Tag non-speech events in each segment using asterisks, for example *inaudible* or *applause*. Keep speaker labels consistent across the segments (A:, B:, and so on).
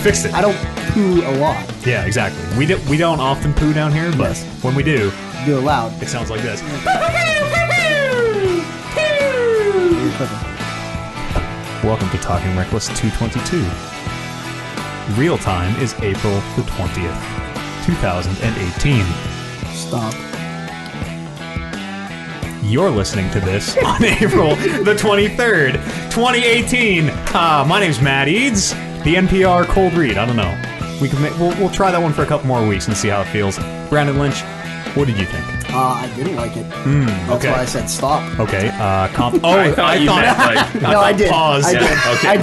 A: fixed it.
B: I don't poo a lot.
A: Yeah, exactly. We do, we don't often poo down here, but
B: Yes.
A: when we do,
B: Do it loud.
A: it sounds like this. Welcome to Talking Reckless 222. Real time is April the 20th, 2018.
B: Stop.
A: You're listening to this *laughs* on April the 23rd, 2018. Uh, my name's Matt Eads, the NPR cold read. I don't know. We can make, we'll, we'll try that one for a couple more weeks and see how it feels. Brandon Lynch, what did you think?
B: Uh, I didn't like it. That's
A: Hmm, okay.
B: why I said
A: *laughs*
B: stop.
A: Okay, uh, comp- oh,
C: *laughs* I thought
A: *laughs*
C: you meant *laughs* like.
B: No, I did.
A: Pause.
B: I did.
C: Yeah, okay,
B: I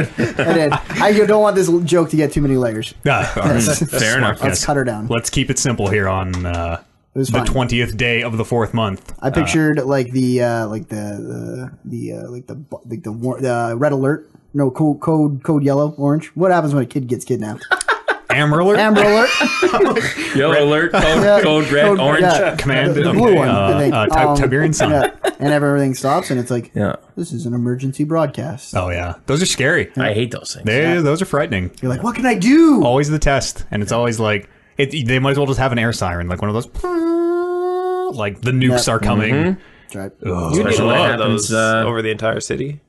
B: did. *laughs* I did. I don't want this joke to get too many layers. *laughs*
A: Ah, all right.
C: Mm, Fair enough.
B: Let's
A: Yes.
B: cut her down.
A: Let's keep it simple here on uh,
B: was
A: the
B: fine.
A: twentieth day of the fourth month.
B: I pictured like the uh, like the the, the uh, like the bu- like the war- the red alert. No code code code yellow orange. What happens when a kid gets kidnapped?
A: Amber alert,
B: Amber
A: *laughs*
B: alert.
C: Yellow alert, code,
B: Yeah,
C: code red,
B: code-
C: orange.
B: yeah.
A: command,
B: the
A: okay,
B: blue one.
A: uh,
B: I think.
A: uh, Ti-
B: Um,
A: Tiberian Sun.
B: yeah. And everything stops, and it's like,
C: Yeah.
B: this is an emergency broadcast.
A: Oh yeah, those are scary.
C: I hate those things.
A: They, Those are frightening.
B: You're like, what can I do?
A: Always the test, and it's always like it, they might as well just have an air siren, like one of those. *laughs* Like the nukes
B: Yeah.
A: are coming.
C: Mm-hmm.
B: Try it.
A: You
C: Especially
A: do
C: when it
A: love
C: happens,
D: those
C: uh,
D: over the entire city.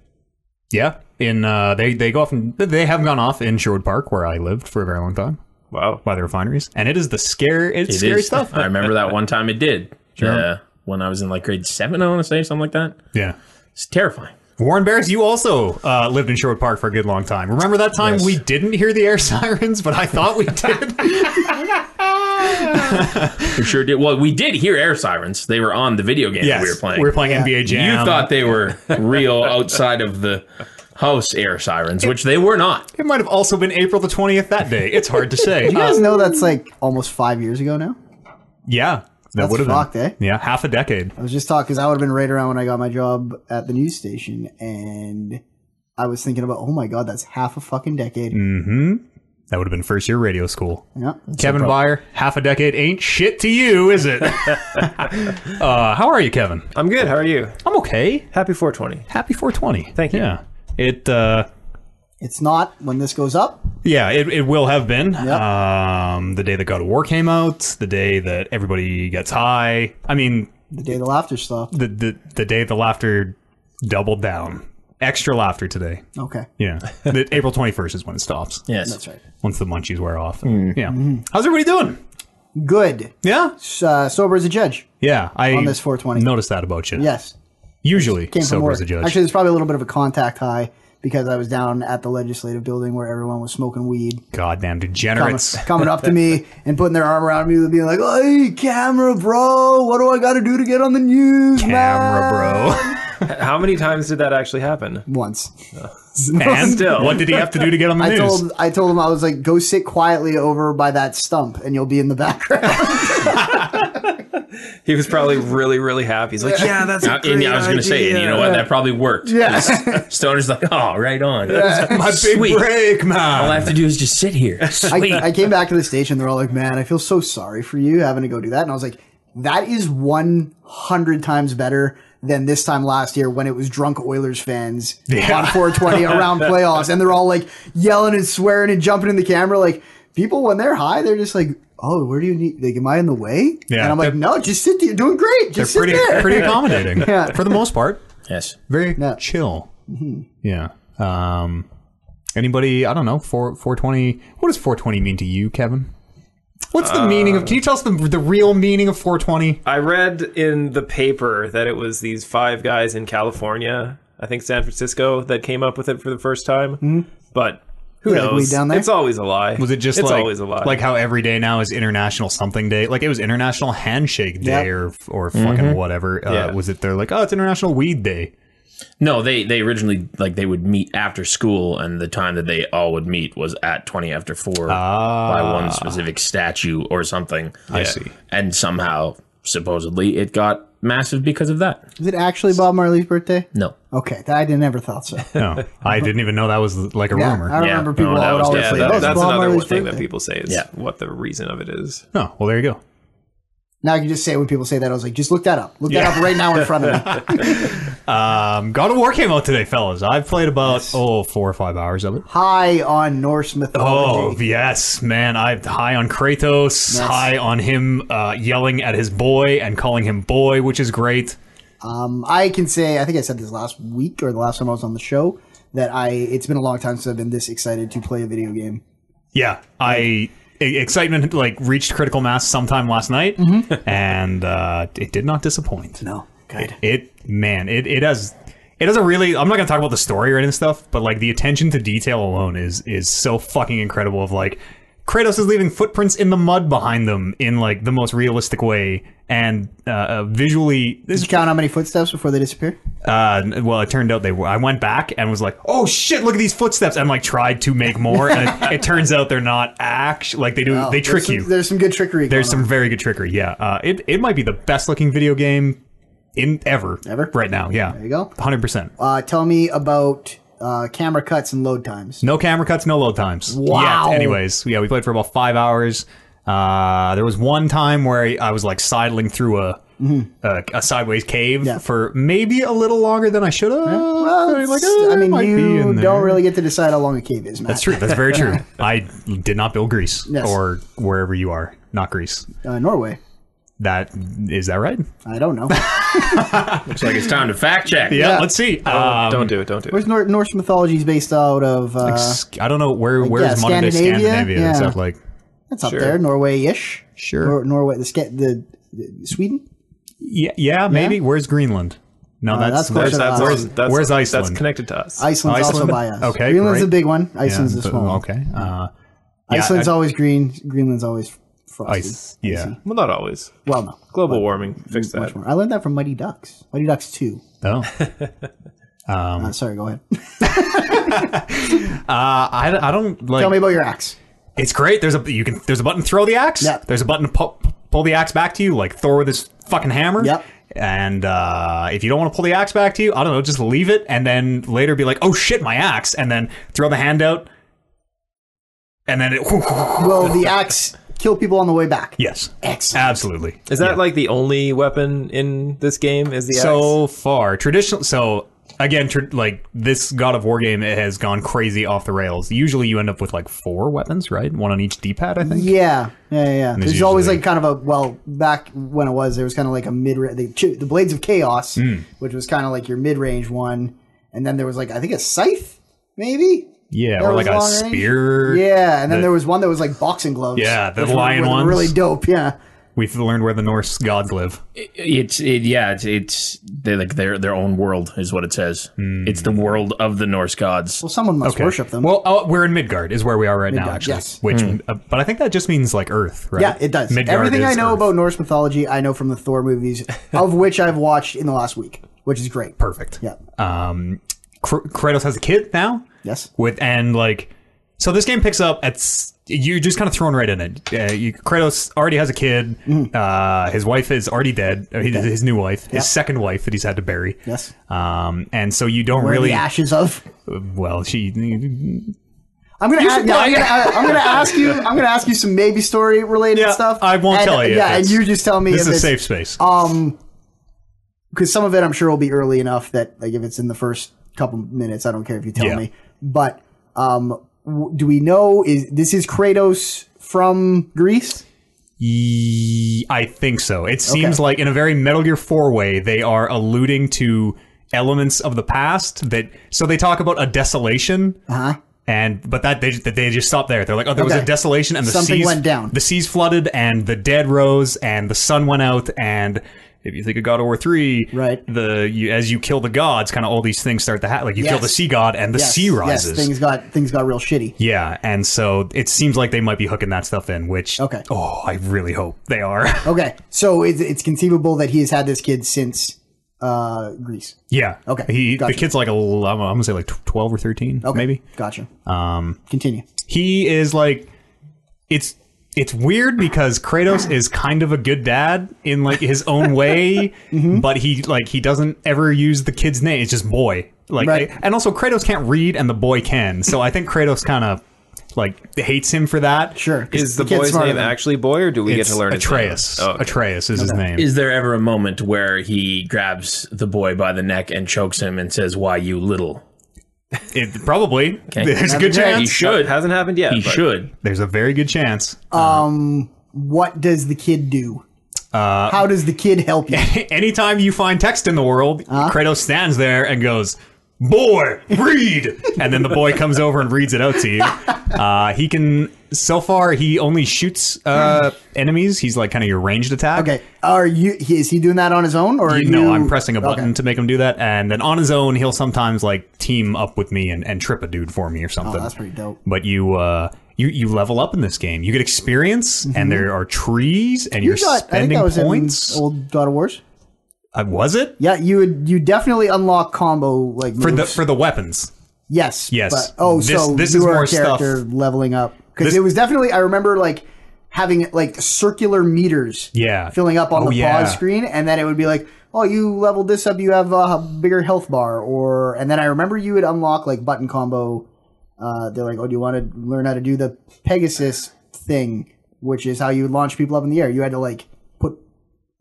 A: Yeah, in uh, they they go off and they have gone off in Sherwood Park where I lived for a very long time
D: Wow.
A: by the refineries, and it is the scare. It's
C: It
A: scary
C: is.
A: stuff.
C: *laughs* I remember that one time it did. Uh, when I was in like grade seven, I want to say something like that.
A: yeah.
C: It's terrifying.
A: Warren Bears, you also uh, lived in Sherwood Park for a good long time. Remember that time
C: Yes.
A: we didn't hear the air *laughs* sirens, but I thought we did?
C: We sure did. Well, we did hear air sirens. They were on the video game
A: yes.
C: that we were playing.
A: NBA Jam.
C: You thought they were real outside of the house air sirens, which they were not.
A: it might have also been April the 20th that day. It's hard to say.
B: You guys
A: Uh,
B: know that's like almost five years ago now.
A: yeah. That
B: That's
A: would have been.
B: fucked, eh?
A: Yeah, half a decade.
B: I was just talking because I would have been right around when I got my job at the news station, and I was thinking about, oh my god, that's half a fucking decade.
A: Mm. That would have been first year radio school.
B: Yeah.
A: Kevin Byer, half a decade ain't shit to you, is it? *laughs* uh, how are you, Kevin?
D: I'm good. How are you?
A: I'm okay.
D: Happy 420.
A: Happy 420.
D: Thank you.
A: Yeah. It. Uh,
B: It's not when this goes up.
A: Yeah, it, it will have been. Um, the day that God of War came out, the day that everybody gets high. I mean,
B: The day the laughter stopped.
A: the, the, the day the laughter doubled down. Extra laughter today.
B: Okay, *laughs*
A: Yeah. The- April 21st is when it stops.
C: Yes.
B: that's right.
A: Once the munchies wear off.
B: Hmm.
A: Yeah. How's everybody doing?
B: Good.
A: Yeah.
B: S- Uh, sober as a judge.
A: Yeah. I
B: On this 420.
A: noticed that about you.
B: Yes,
A: Usually,
B: came from
A: sober
B: work.
A: as a judge.
B: Actually, there's probably a little bit of a contact high because I was down at the legislative building where everyone was smoking weed. coming, *laughs*
A: Goddamn degenerates.
B: coming up to me and putting their arm around me and being like, "Hey, camera, bro, what do I got to do to get on the news, man?" *laughs*
A: Camera,
D: How many times did that actually happen?
B: Once,
A: bro. and
D: Still.
A: what did he have to do to get on the
B: I
A: news?
B: told I told him I was like, "Go sit quietly over by that stump, and you'll be in the *laughs* background."
D: He was probably really, really happy. He's like, yeah, that's a
C: Uh, and
D: great
C: I was going to say, and you know what? That probably worked.
B: Yeah.
C: 'Cause *laughs* Stoner's like, oh, right on.
A: My big
C: Sweet.
A: break, man.
C: All I have to do is just sit here. Sweet.
B: I, I came back to the station. They're all like, "Man, I feel so sorry for you having to go do that." And I was like, "That is one hundred times better." Than this time last year when it was drunk Oilers fans on 420 around playoffs, and they're all like yelling and swearing and jumping in the camera. Like people when they're high, they're just like, "Oh, where do you need? Like, am I in the way?"
A: Yeah.
B: and I'm like,
A: They're-
B: "No, just sit there. You're doing great. Just sit
A: pretty
B: there."
A: pretty accommodating
B: Yeah.
A: for the most part.
C: yes.
A: Very
B: Yeah. Mm-hmm.
A: chill. Yeah. Um. Anybody? I don't know. Four four twenty. What does four twenty mean to you, Kevin? What's the meaning of? Can you tell us the the real meaning of four twenty?
D: I read in the paper that it was these five guys in California, I think San Francisco, that came up with it for the first time.
C: Hmm?
D: But who
B: Yeah, like we
D: knows?
B: down there?
D: It's always a lie.
A: Was it just
D: it's
A: like
D: always a lie?
A: like how every day now is International Something Day? Like it was International Handshake
B: Yep.
A: Day
B: Mm-hmm.
A: or or fucking whatever. Uh,
D: Yeah.
A: Was it? They're like, oh, it's International Weed Day.
C: No, they they originally like they would meet after school, and the time that they all would meet was at twenty after four by one specific statue or something.
A: Ah. I see.
C: And somehow, supposedly, it got massive because of that.
B: Is it actually Bob Marley's birthday?
C: No,
B: Okay, that I didn't ever thought so.
A: No, I didn't even know that was like a
B: Yeah,
A: rumor.
B: I
C: Yeah.
B: remember people
C: No, that
B: would
C: was
B: always
D: yeah,
B: say,
C: definitely-
B: "Oh,
D: that,
B: it's
D: that's
B: Bob
D: another
B: Marley's
D: one thing that
B: birthday."
D: people say is
C: Yeah.
D: what the reason of it is.
A: no, well there you go. *laughs*
B: Now I can just say when people say that, I was like, just look that up. Look that up right now in front of me.
A: Um, God of War came out today, fellas. I've played about oh four or five hours of it.
B: High on Norse
A: Oh
B: mythology.
A: yes, man! I high on Kratos,
B: Nice.
A: high on him uh, yelling at his boy and calling him boy, which is great.
B: Um, I can say, I think I said this last week or the last time I was on the show that I. It's been a long time since I've been this excited to play a video game.
A: Yeah, I e- excitement like reached critical mass sometime last night, *laughs* and uh, it did not disappoint.
B: Mm-hmm. No, good.
A: It man, it it has it has a really. I'm not gonna talk about the story or any stuff, but like the attention to detail alone is is so fucking incredible. Of like, Kratos is leaving footprints in the mud behind them in like the most realistic way, and uh, uh, visually, this
B: Did you count how many footsteps before they disappear?
A: uh, n- well, it turned out they were. I went back and was like, "Oh shit, look at these footsteps!" And like tried to make more, and it, it turns out they're not actually like they do. they trick
B: there's some,
A: you.
B: There's some good trickery.
A: There's some very good trickery. Yeah, uh, it it might be the best looking video game in ever
B: Ever?
A: right now. Yeah, there
B: you go.
A: Hundred percent.
B: Uh, tell me about uh, camera cuts and load times.
A: No camera cuts, no load times.
B: Wow.
A: Yet. Anyways, yeah, we played for about five hours. Uh, there was one time where I- I was like sidling through a a, a sideways cave
B: Mm-hmm. Yeah.
A: for maybe a little longer than I should have.
B: Well,
A: Like,
B: it's-
A: eh,
B: I mean,
A: might be
B: you don't
A: in there.
B: really get to decide how long a cave is, Matt.
A: That's true. That's very true. *laughs* I did not build Greece
B: Yes.
A: or wherever you are, not Greece.
B: Uh, Norway.
A: That is that right?
B: I don't
A: *laughs*
B: know.
C: Looks like it's time to fact check.
A: Yeah.
B: Yeah.
A: Let's see. Um,
D: don't do it. Don't do it.
B: Where's Nor- Norse mythology is based out of? Uh,
A: s- I don't know where where
B: yeah,
A: is modern day
B: Scandinavia?
A: Scandinavia? Is
B: Yeah.
A: that like
B: that's up there, Norway-ish.
A: Sure.
B: Nor- Norway, the, Sca- the, the Sweden.
A: yeah, yeah maybe. Where's Greenland? No, that's,
B: Uh, that's close
A: where's,
B: enough.
A: that's,
B: That's-
A: where's,
D: that's,
A: where's Iceland?
D: That's connected to us.
B: Iceland's also
A: Iceland?
B: by us.
A: Okay,
B: Greenland's
A: great.
B: the big one. Iceland's
A: Yeah,
B: the
A: but-
B: small. one.
A: Okay. Uh, yeah,
B: Iceland's
A: I-
B: always green. Greenland's always frosty.
A: Ice. Yeah.
D: well, not always.
B: Well, no.
D: Global warming fixed that.
B: Much more. I learned that from Mighty Ducks. Mighty Ducks two.
A: Oh. *laughs* Um,
B: Uh, sorry, go ahead. *laughs*
A: Uh, I, I don't like.
B: Tell me about your axe.
A: It's great. There's a you can there's a button to throw the axe.
B: Yep.
A: There's a button to pu- pull the axe back to you, like Thor with his fucking hammer.
B: Yep.
A: And uh, if you don't want to pull the axe back to you, I don't know, just leave it, and then later be like, "Oh shit, my axe!" and then throw the hand out, and then it. *laughs*
B: Will the axe kill people on the way back?
A: yes,
B: Excellent.
A: absolutely.
D: Is that like the only weapon in this game? Is the axe?
A: so far traditional so again tr- like this god of war game it has gone crazy off the rails usually you end up with like four weapons right one on each d-pad i think
B: Yeah, yeah, yeah. There's
A: there's
B: always
A: usually-
B: like kind of a well back when it was there was kind of like a mid the the blades of chaos,
A: Hmm.
B: which was kind of like your mid range one, and then there was like I think a scythe maybe.
A: yeah
B: That
A: or
B: was
A: like a
B: long range?
A: spear
B: Yeah, and then
A: The-
B: there was one that was like boxing gloves.
A: Yeah, the
B: which were-
A: lion
B: were
A: ones.
B: Really dope. Yeah,
A: we've learned where the norse gods live
C: It's it, yeah, it's it's they like their their own world is what it says.
A: Hmm.
C: It's the world of the Norse gods.
B: well, someone must
A: Okay.
B: worship them.
A: Well, oh, we're in Midgard, is where we are right now,
B: Midgard,
A: actually.
B: yes.
A: Which, uh, but I think that just means like Earth, right?
B: yeah, it does.
A: Midgard
B: Everything I
A: is
B: know
A: Earth.
B: about Norse mythology, I know from the Thor
A: *laughs*
B: movies, of which I've watched in the last week, which is great.
A: perfect.
B: Yeah.
A: Um, Kr- Kratos has a kid now.
B: Yes.
A: With and like, so this game picks up at s- you're just kind of thrown right in it. Uh, you, Kratos already has a kid.
B: Mm-hmm.
A: Uh, his wife is already dead. Uh, his, his new wife, his second wife that he's had to bury.
B: Yes.
A: Um, and so you don't
B: Where are
A: really.
B: the ashes of.
A: Well, she.
B: I'm gonna, ask, yeah, I'm, gonna, I- I'm gonna ask you. I'm gonna ask you some maybe story related
A: *laughs* Yeah,
B: stuff.
A: I won't
B: and,
A: tell you if
B: Yeah, and
A: it's-
B: you just tell me
A: This
B: if
A: is a
B: it's
A: safe space.
B: because some of it I'm sure will be early enough that like if it's in the first couple minutes, I don't care if you tell
A: Yeah.
B: me. But um, w- do we know is this is Kratos from Greece?
A: Ye- I think so. It seems
B: Okay.
A: like in a very Metal Gear 4 way, they are alluding to elements of the past that so they talk about a desolation. Uh-huh. And but that they that they just stop there. They're like, oh, there was
B: Okay.
A: a desolation and the
B: Something
A: seas
B: went down.
A: The seas flooded and the dead rose and the sun went out and if you think of God of War three,
B: Right.
A: The you, as you kill the gods, kind of all these things start to happen. Like you kill
B: Yes.
A: the sea god and the
B: Yes,
A: sea rises.
B: Yes, things got things got real shitty.
A: yeah, and so it seems like they might be hooking that stuff in. Which
B: Okay.
A: oh, I really hope they are. *laughs*
B: Okay, so it's, it's conceivable that he has had this kid since uh, Greece.
A: Yeah.
B: Okay,
A: He
B: gotcha.
A: the kid's like a, l- I'm, I'm gonna say like tw- twelve or thirteen,
B: Okay,
A: maybe.
B: gotcha. Um, continue.
A: He is like, it's it's weird because Kratos is kind of a good dad in like his
B: *laughs*
A: own way,
B: Mm-hmm.
A: but he like he doesn't ever use the kid's name. It's just boy. Like,
B: Right.
A: and also Kratos can't read, and the boy can. So I think Kratos kind of like hates him for that.
B: Sure. 'cause
D: Is the,
B: kid's
D: boy's
B: smarter
D: name
B: than him.
D: actually boy, or do we
A: It's
D: get to learn his name?
A: Atreus.
D: Oh, okay.
A: Atreus is his name.
C: Is there ever a moment where he grabs the boy by the neck and chokes him and says, "Why you little"?
A: It, probably. There's a
B: That'd
A: good
B: be great.
C: He
A: chance.
C: should.
D: Hasn't happened yet.
C: He
D: but
C: should.
A: There's a very good chance.
B: Oh. What does the kid do?
A: Uh,
B: How does the kid help you?
A: *laughs* Anytime you find text in the world,
B: Uh-huh.
A: Kratos stands there and goes, Boy, read! and then the boy comes over and reads it out
B: *laughs*
A: to you. Uh, he can, so far, he only shoots uh, enemies. He's like kind of your ranged attack.
B: Okay. Are you? he- Is he doing that on his own, or are
A: You
B: you?
A: know, I'm pressing a button to make him do that. And then on his own, he'll sometimes like team up with me and, and trip a dude for me or something.
B: Oh, that's pretty dope.
A: But you, uh, you, you level up in this game. You get experience, and there are trees, and you are
B: Mm-hmm. You got- I think
A: spending
B: that was
A: points.
B: in old God of Wars.
A: Uh, was it
B: Yeah, you would. You definitely unlock combo like
A: for the
B: moves.
A: for the weapons?
B: yes,
A: Yes.
B: But, oh,
A: This-
B: so
A: this
B: you
A: is
B: were
A: more
B: a character leveling up because
A: This-
B: it was definitely. I remember like having like circular meters.
A: Yeah.
B: filling up on
A: Oh,
B: the
A: yeah.
B: pause screen, and then it would be like, oh, you leveled this up. You have uh, a bigger health bar, or and then I remember you would unlock like button combo. Uh, they're like, oh, do you want to learn how to do the Pegasus thing, which is how you would launch people up in the air? You had to like put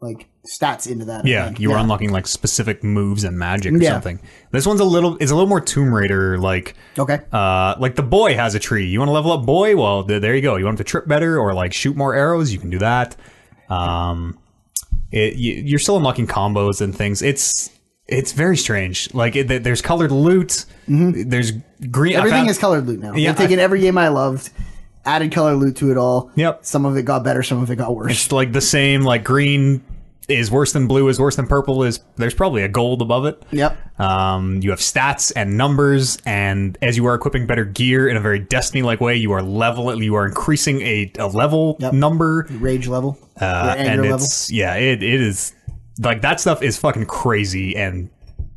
B: like stats into that. I
A: Yeah,
B: think.
A: you were unlocking like specific moves and magic or
B: Yeah.
A: something. This one's a little it's a little more Tomb Raider like
B: Okay.
A: uh like the boy has a tree. You want to level up boy? Well, th- there you go. You want him to trip better or like shoot more arrows, you can do that. Um it, you, you're still unlocking combos and things. It's it's very strange. Like it, th- there's colored loot. There's green
B: Mm-hmm.
A: I
B: Everything
A: found-
B: is colored loot now.
A: Yeah,
B: They've taken every game I loved, added color loot to it all.
A: Yep.
B: Some of it got better, some of it got
A: *laughs*
B: worse.
A: It's like the same like green is worse than blue is worse than purple is there's probably a gold above it.
B: Yep.
A: Um, you have stats and numbers, and as you are equipping better gear in a very Destiny-like way, you are level. You are increasing a, a level
B: Yep.
A: number,
B: Rage level.
A: uh,
B: your
A: and
B: anger level.
A: it's yeah, it, it is like that stuff is fucking crazy and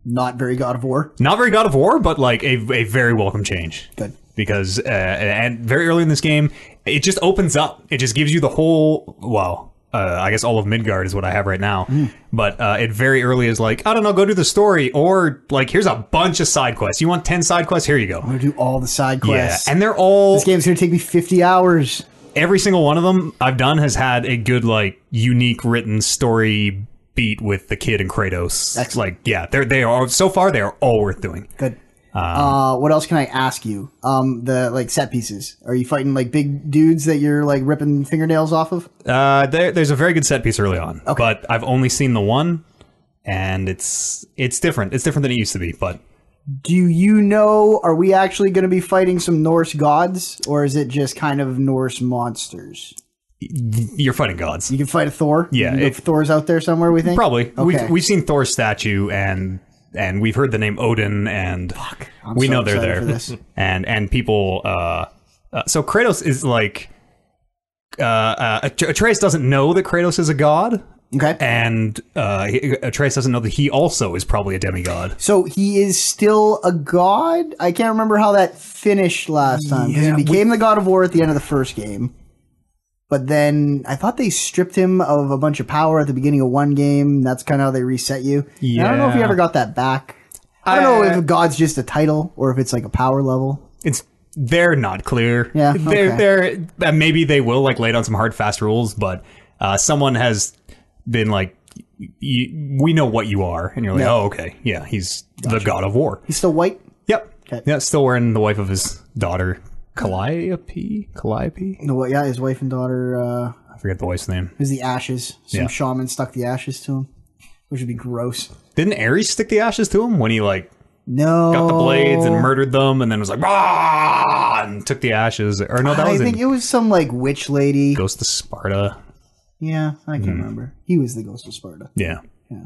B: Not very God of War.
A: not very God of War, but like a a very welcome change.
B: Good.
A: because uh, and very early in this game, it just opens up. It just gives you the whole well. Uh, I guess all of Midgard is what I have right now,
B: Hmm.
A: but uh, it very early is like I don't know, go do the story or like here's a bunch of side quests. You want ten side quests? Here you go.
B: I'm gonna do all the side quests.
A: and they're all
B: this game's gonna take me 50 hours.
A: every single one of them I've done has had a good like unique written story beat with the kid and Kratos.
B: Excellent.
A: Like yeah, they're they are so far they are all worth doing.
B: Good.
A: Um,
B: uh, what else can I ask you? Um, the like set pieces. Are you fighting like big dudes that you're like ripping fingernails off of?
A: Uh, there, there's a very good set piece early on, but I've only seen the one, and it's it's different. It's different than it used to be, but
B: Do you know? Are we actually going to be fighting some Norse gods, or is it just kind of Norse monsters?
A: you're fighting gods.
B: You can fight a Thor.
A: Yeah,
B: You know if
A: it-
B: Thor's out there somewhere. We think
A: Probably
B: Okay.
A: we've we've seen Thor's statue and and we've heard the name Odin and we
B: so
A: know they're
B: excited
A: there
B: for this.
A: *laughs* and and people. Uh, uh, so Kratos is like uh, uh, Atre- Atreus doesn't know that Kratos is a god,
B: Okay.
A: and uh, he- Atreus doesn't know that he also is probably a demigod.
B: so he is still a god. I can't remember how that finished last time because
A: Yeah, we-
B: he became the god of war at the end of the first game. But then I thought they stripped him of a bunch of power at the beginning of one game. That's kind of how they reset you. And I don't know if you
A: Yeah.
B: ever got that back. I don't
A: I-
B: know if God's just a title or if it's like a power level.
A: it's they're not clear.
B: Yeah,
A: they're
B: okay.
A: they're uh, maybe they will like lay down some hard fast rules, but uh, someone has been like, y- y- we know what you are, and you're like,
B: Yeah.
A: oh okay, yeah, he's the god of war.
B: He's still white.
A: Yep,
B: Okay.
A: yeah, still wearing the wife of his daughter, Calliope. Calliope,
B: No, what- yeah, his wife and daughter uh,
A: I forget the wife's name.
B: is the ashes. Some
A: Yeah.
B: shaman stuck the ashes to him, which would be gross.
A: Didn't Ares stick the ashes to him when he like
B: No,
A: got the blades
B: Oh.
A: and murdered them, and then was like, ah, and took the ashes? Or no, that
B: I
A: was in
B: think it was some like witch lady.
A: Ghost of Sparta.
B: Yeah, I
A: Hmm.
B: can't remember. He was the ghost of Sparta.
A: Yeah,
B: Yeah.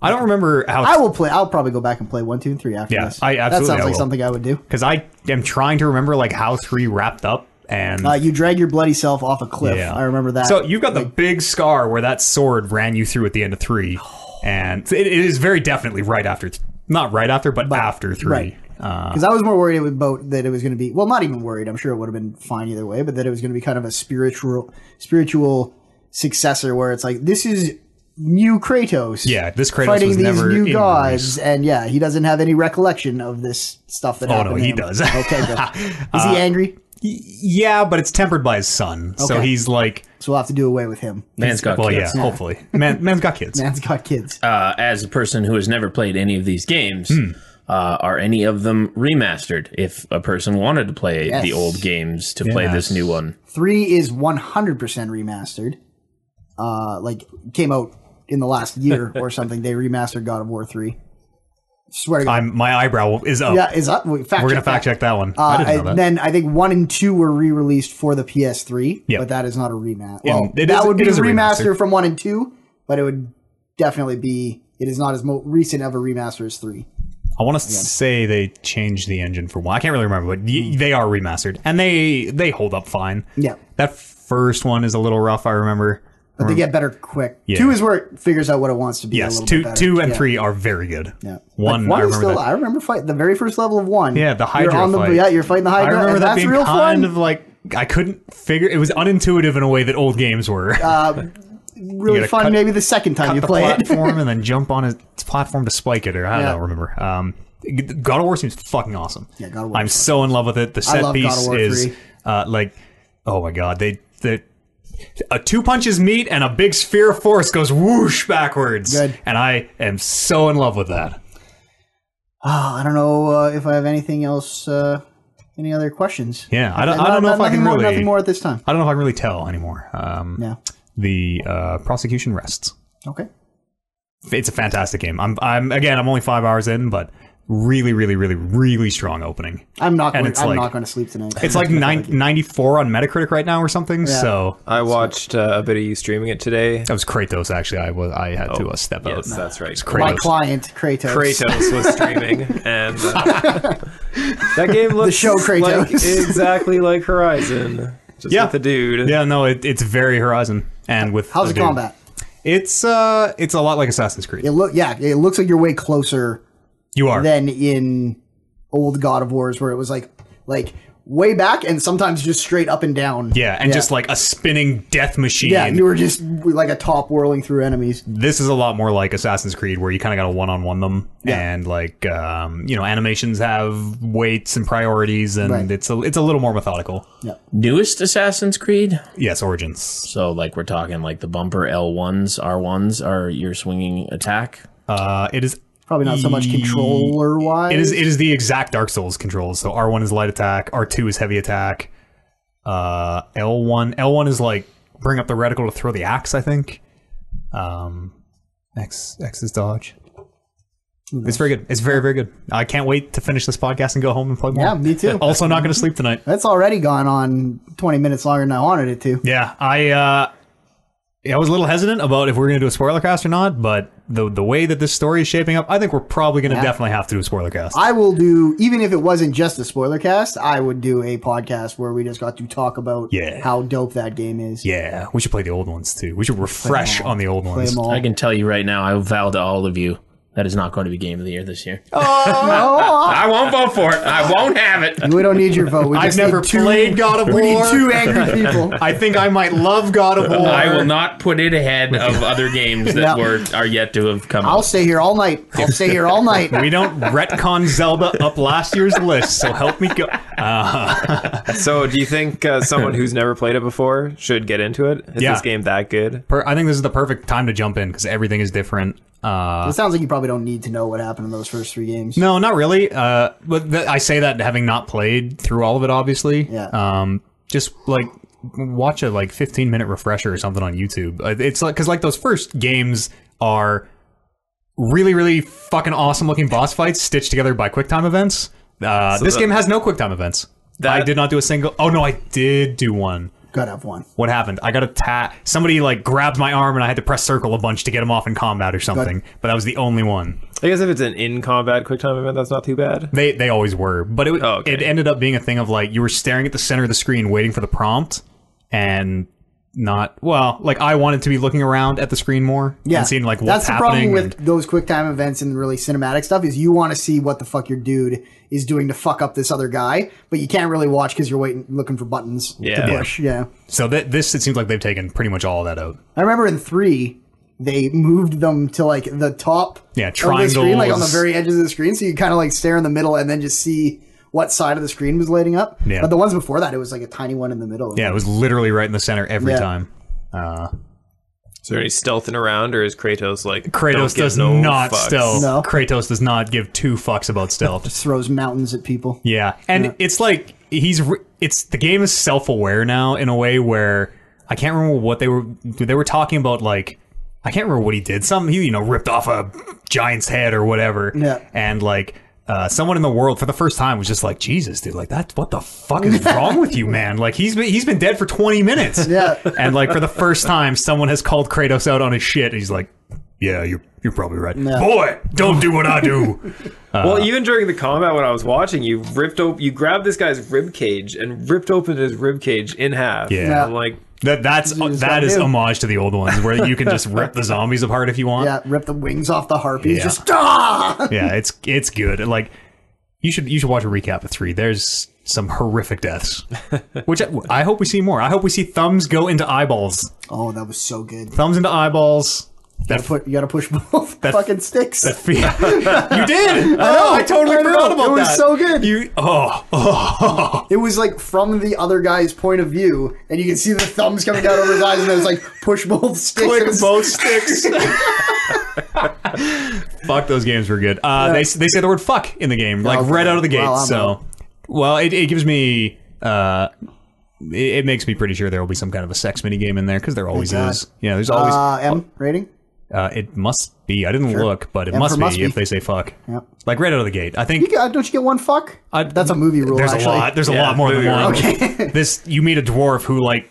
A: I don't remember how
B: I will play. I'll probably go back and play one, two, and three after
A: Yeah,
B: this.
A: I
B: that
A: absolutely
B: sounds
A: I
B: like
A: will.
B: something I would do.
A: because I am trying to remember like how three wrapped up and
B: Uh, you drag your bloody self off a cliff.
A: Yeah.
B: I remember that.
A: so you've got the big scar where that sword ran you through at the end of three, and it, it is very definitely right after, th- not right after, but, after three.
B: right.
A: uh,
B: because I was more worried it would boat that it was going to be well, not even worried. I'm sure it would have been fine either way, but that it was going to be kind of a spiritual spiritual successor where it's like this is new Kratos.
A: Yeah, this Kratos
B: fighting
A: was
B: these
A: never
B: new
A: in
B: gods, and yeah, he doesn't have any recollection of this stuff that
A: Oh
B: happened.
A: no,
B: to
A: he
B: him.
A: *laughs* does. Uh,
B: Okay, good. is he angry?
A: yeah, but it's tempered by his son, so
B: Okay.
A: he's like,
B: So we'll have to do away with him.
C: Man's got
A: well,
C: kids.
A: yeah, hopefully, man, man's
B: *laughs*
A: got kids.
B: Man's got kids.
C: Uh, as a person who has never played any of these games,
A: Hmm.
C: uh, are any of them remastered? If a person wanted to play
B: Yes.
C: the old games to play this
A: Yes.
C: new one,
B: Three is 100% remastered. Uh, like came out in the last
A: *laughs*
B: year or something. They remastered God of War three. Swear to God.
A: I'm my eyebrow is up.
B: yeah, is up. Fact
A: We're gonna fact check that one.
B: Uh,
A: I didn't know
B: and
A: that.
B: Then I think one and two were re-released for the PS3,
A: Yeah.
B: but that is not a remaster.
A: Yeah,
B: Well,
A: it
B: that
A: is-
B: would be
A: it
B: a
A: is a
B: remaster,
A: remaster.
B: from one and two, but it would definitely be. It is not as mo- recent of a remaster as three.
A: I want to say they changed the engine for one. I can't really remember, but y- they are remastered and they they hold up fine.
B: Yeah.
A: that first one is a little rough. I remember.
B: But they get better quick. Two is where it figures out what it wants to be. a
A: Yes,
B: little
A: two
B: bit better.
A: two and
B: Yeah.
A: three are very good.
B: Yeah. Like,
A: One, I
B: is
A: remember
B: still,
A: that.
B: I remember fight the very first level of one.
A: Yeah, the
B: you're
A: Hydra
B: on the,
A: fight.
B: Yeah, you're fighting the Hydra.
A: I remember
B: and
A: that
B: that's
A: being
B: real
A: kind
B: fun.
A: of like I couldn't figure. It was unintuitive in a way that old games were.
B: *laughs* really
A: gotta
B: fun.
A: cut-
B: maybe the second time you
A: the
B: play it.
A: platform
B: *laughs*
A: and then jump on his platform to spike it, or I
B: Yeah.
A: don't know, remember. Um, God of War seems fucking awesome. Yeah,
B: God of War
A: I'm
B: is fun.
A: so in love with it. The
B: love
A: set
B: God of
A: piece
B: War
A: is
B: 3.
A: uh, like, oh my god, they they. A two punches meet and a big sphere of force goes whoosh backwards.
B: Good.
A: And I am so in love with that.
B: Ah, I don't know uh, if I have anything else. Uh, any other questions?
A: Yeah, I don't,
B: No,
A: I don't know
B: no-
A: if I
B: nothing
A: can
B: more,
A: really.
B: Nothing more at this time.
A: I don't know if I can really tell anymore. Um,
B: No.
A: The uh, prosecution rests.
B: Okay.
A: it's a fantastic game. I'm I'm again I'm only five hours in, but really, really, really, really strong opening.
B: I'm not.
A: And
B: Going,
A: it's
B: I'm
A: like-
B: not going to sleep tonight.
A: It's like nine, 94 on Metacritic right now or something. So
D: I watched uh, a bit of you streaming it today.
A: that was Kratos. Actually, I was I had to uh, step out.
D: Yes, that's right.
A: It's
B: Oh, my
A: Kratos.
B: client Kratos.
D: Kratos was streaming, and uh, that game looks
B: show Kratos.
D: like, exactly like Horizon, just
A: Yeah.
D: with the dude.
A: yeah, no, it, it's very Horizon, and with
B: How's the
A: dude.
B: combat?
A: It's uh, it's a lot like Assassin's Creed.
B: It look. Yeah, it looks like you're way closer
A: You are
B: than in old God of Wars, where it was like like way back and sometimes just straight up and down.
A: yeah, and just like a spinning death machine.
B: yeah, you were just like a top whirling through enemies.
A: this is a lot more like Assassin's Creed, where you kind of got to one on one them, and like um, you know, animations have weights and priorities, and
B: Right.
A: it's a it's a little more methodical.
C: newest Assassin's Creed.
A: Yes, Origins.
C: So like we're talking like the bumper L ones, R ones are your swinging attack.
A: Uh, it is
B: Probably not so much controller wise.
A: it is it is the exact Dark Souls controls. So R one is light attack, R two is heavy attack. Uh, L one L one is like bring up the reticle to throw the axe. I think. Um, X X is dodge. It's very good. It's very very good. I can't wait to finish this podcast and go home and play more.
B: Yeah, me too.
A: *laughs* also, not going to sleep tonight.
B: That's already gone on 20 minutes longer than I wanted it to.
A: Yeah, I uh, yeah, I was a little hesitant about if we are going to do a spoiler cast or not, but the the way that this story is shaping up, I think we're probably going to definitely have to do a spoiler cast.
B: I will do, even if it wasn't just a spoiler cast, I would do a podcast where we just got to talk about
A: Yeah.
B: how dope that game is.
A: yeah, we should play the old ones too. We should refresh on the old
B: Play
A: ones.
B: 'em all.
C: I can tell you right now, I vow to all of you that is not going to be game of the year this year.
B: Oh.
A: *laughs*
C: I won't vote for it. I won't have it.
B: we don't need your vote. We
A: I've
B: just
A: never
B: need two, *laughs*
A: played God of
B: We need
A: War.
B: two angry people.
A: *laughs* I think I might love God
B: *laughs*
A: of War.
C: I will not put it ahead of other games that
B: No.
C: were are yet to have come
B: I'll
C: out.
B: stay here all night. I'll stay here all
A: *laughs*
B: night.
A: We don't retcon Zelda up last year's list, so help me go.
D: So, do you think uh, someone who's never played it before should get into it? Is
A: Yeah.
D: this game that good?
A: Per- I think this is the perfect time to jump in because everything is different. Uh,
B: It sounds like you probably don't need to know what happened in those first three games.
A: No, not really. Uh, but th- I say that having not played through all of it, obviously.
B: Yeah.
A: Um, just like watch a like 15 minute refresher or something on YouTube. Uh, It's like because like those first games are really really fucking awesome looking boss fights stitched together by QuickTime events. Uh, this
D: the-
A: game has no QuickTime events. I
D: That-
A: did not do a single. Oh no, I did do one.
B: Gotta have one.
A: What happened? I got attacked. Somebody like grabbed my arm and I had to press circle a bunch to get him off in combat or something. But that was the only one.
D: I guess if it's an in combat quick time event, that's not too bad.
A: They they always were, but it
D: Oh, okay.
A: it ended up being a thing of like you were staring at the center of the screen waiting for the prompt, and not well. Like I wanted to be looking around at the screen more
B: Yeah,
A: and seeing like
B: that's
A: what's
B: the
A: happening.
B: problem with
A: and-
B: those quick time events and really cinematic stuff is you want to see what the fuck your dude is doing to fuck up this other guy, but you can't really watch because you're waiting looking for buttons
D: Yeah.
B: to push. Yeah.
A: so that this it seems like they've taken pretty much all of that out.
B: I remember in three they moved them to like the top
A: Yeah,
B: of the screen, like on the
A: triangles.
B: very edges of the screen, so you kind of like stare in the middle and then just see what side of the screen was lighting up.
A: Yeah.
B: But the ones before that, it was like a tiny one in the middle.
A: Yeah, it was literally right in the center every
B: Yeah.
A: time. Uh,
D: Is there any stealthing around, or is Kratos like don't
A: Kratos
D: give
A: does
D: no
A: not
D: fucks?
A: stealth.
B: No.
A: Kratos does not give two fucks about stealth.
B: Throws mountains at people.
A: Yeah, and it's like he's re- it's the game is self aware now in a way where I can't remember what they were they were talking about like I can't remember what he did. Some he you know ripped off a giant's head or whatever.
B: Yeah.
A: and like. Uh, someone in the world for the first time was just like Jesus, dude. Like that, what the
B: *laughs*
A: fuck is wrong with you, man? Like he's been he's been dead for twenty minutes.
B: Yeah.
A: and like for the first time, someone has called Kratos out on his shit. And he's like, "Yeah, you're you're probably right, boy. Don't do what
B: *laughs*
A: I do."
D: Well, even during the combat when I was watching, you ripped open, you grabbed this guy's rib cage and ripped open his rib cage in half.
A: Yeah.
B: Yeah.
D: I'm like
A: That that's
B: You just
A: that
B: gotta
A: is
B: do.
A: homage to the old ones where you can just rip
B: *laughs*
A: the zombies apart if you want.
B: Yeah, rip the wings off the harpies.
A: Yeah.
B: Just ah!
A: *laughs* Yeah, it's it's good. And, Like you should you should watch a recap of three. There's some
B: *laughs*
A: horrific deaths, which I, I hope we see more. I hope we see thumbs go into eyeballs,
B: Oh, that was so good.
A: thumbs into eyeballs. That
B: Gotta put, you gotta push *laughs* both fucking sticks. *laughs*
A: that fe- *laughs* you did. I
B: know,
A: I totally
B: I know.
A: forgot about
B: It was
A: that.
B: so good.
A: You oh
B: it was like from the other guy's point of view, and you can see the thumbs coming down over his eyes, and it was like push both sticks. It
A: click
B: was-
D: *laughs*
A: both sticks. fuck those games were good. Uh, they they say the word fuck in the game, like
B: Okay.
A: right out of the gate.
B: Oh, Well, I'm
A: so,
B: out.
A: well, it, it gives me. Uh, it, it makes me pretty sure there will be some kind of a sex mini game in there because there always
B: God.
A: is. Yeah, there's always. Uh,
B: Uh, M rating?
A: it must be. I didn't look, but it
B: Yeah,
A: must,
B: for must
A: be, if
B: be.
A: they say fuck.
B: Yep.
A: Like right out of the gate. I think
B: You got, don't you get one fuck?
A: I-
B: That's a movie rule.
A: there's
B: actually.
A: a lot. There's a
D: Yeah,
A: lot more than
D: movie
A: one.
D: rule.
B: Okay.
A: *laughs* this you meet a dwarf who like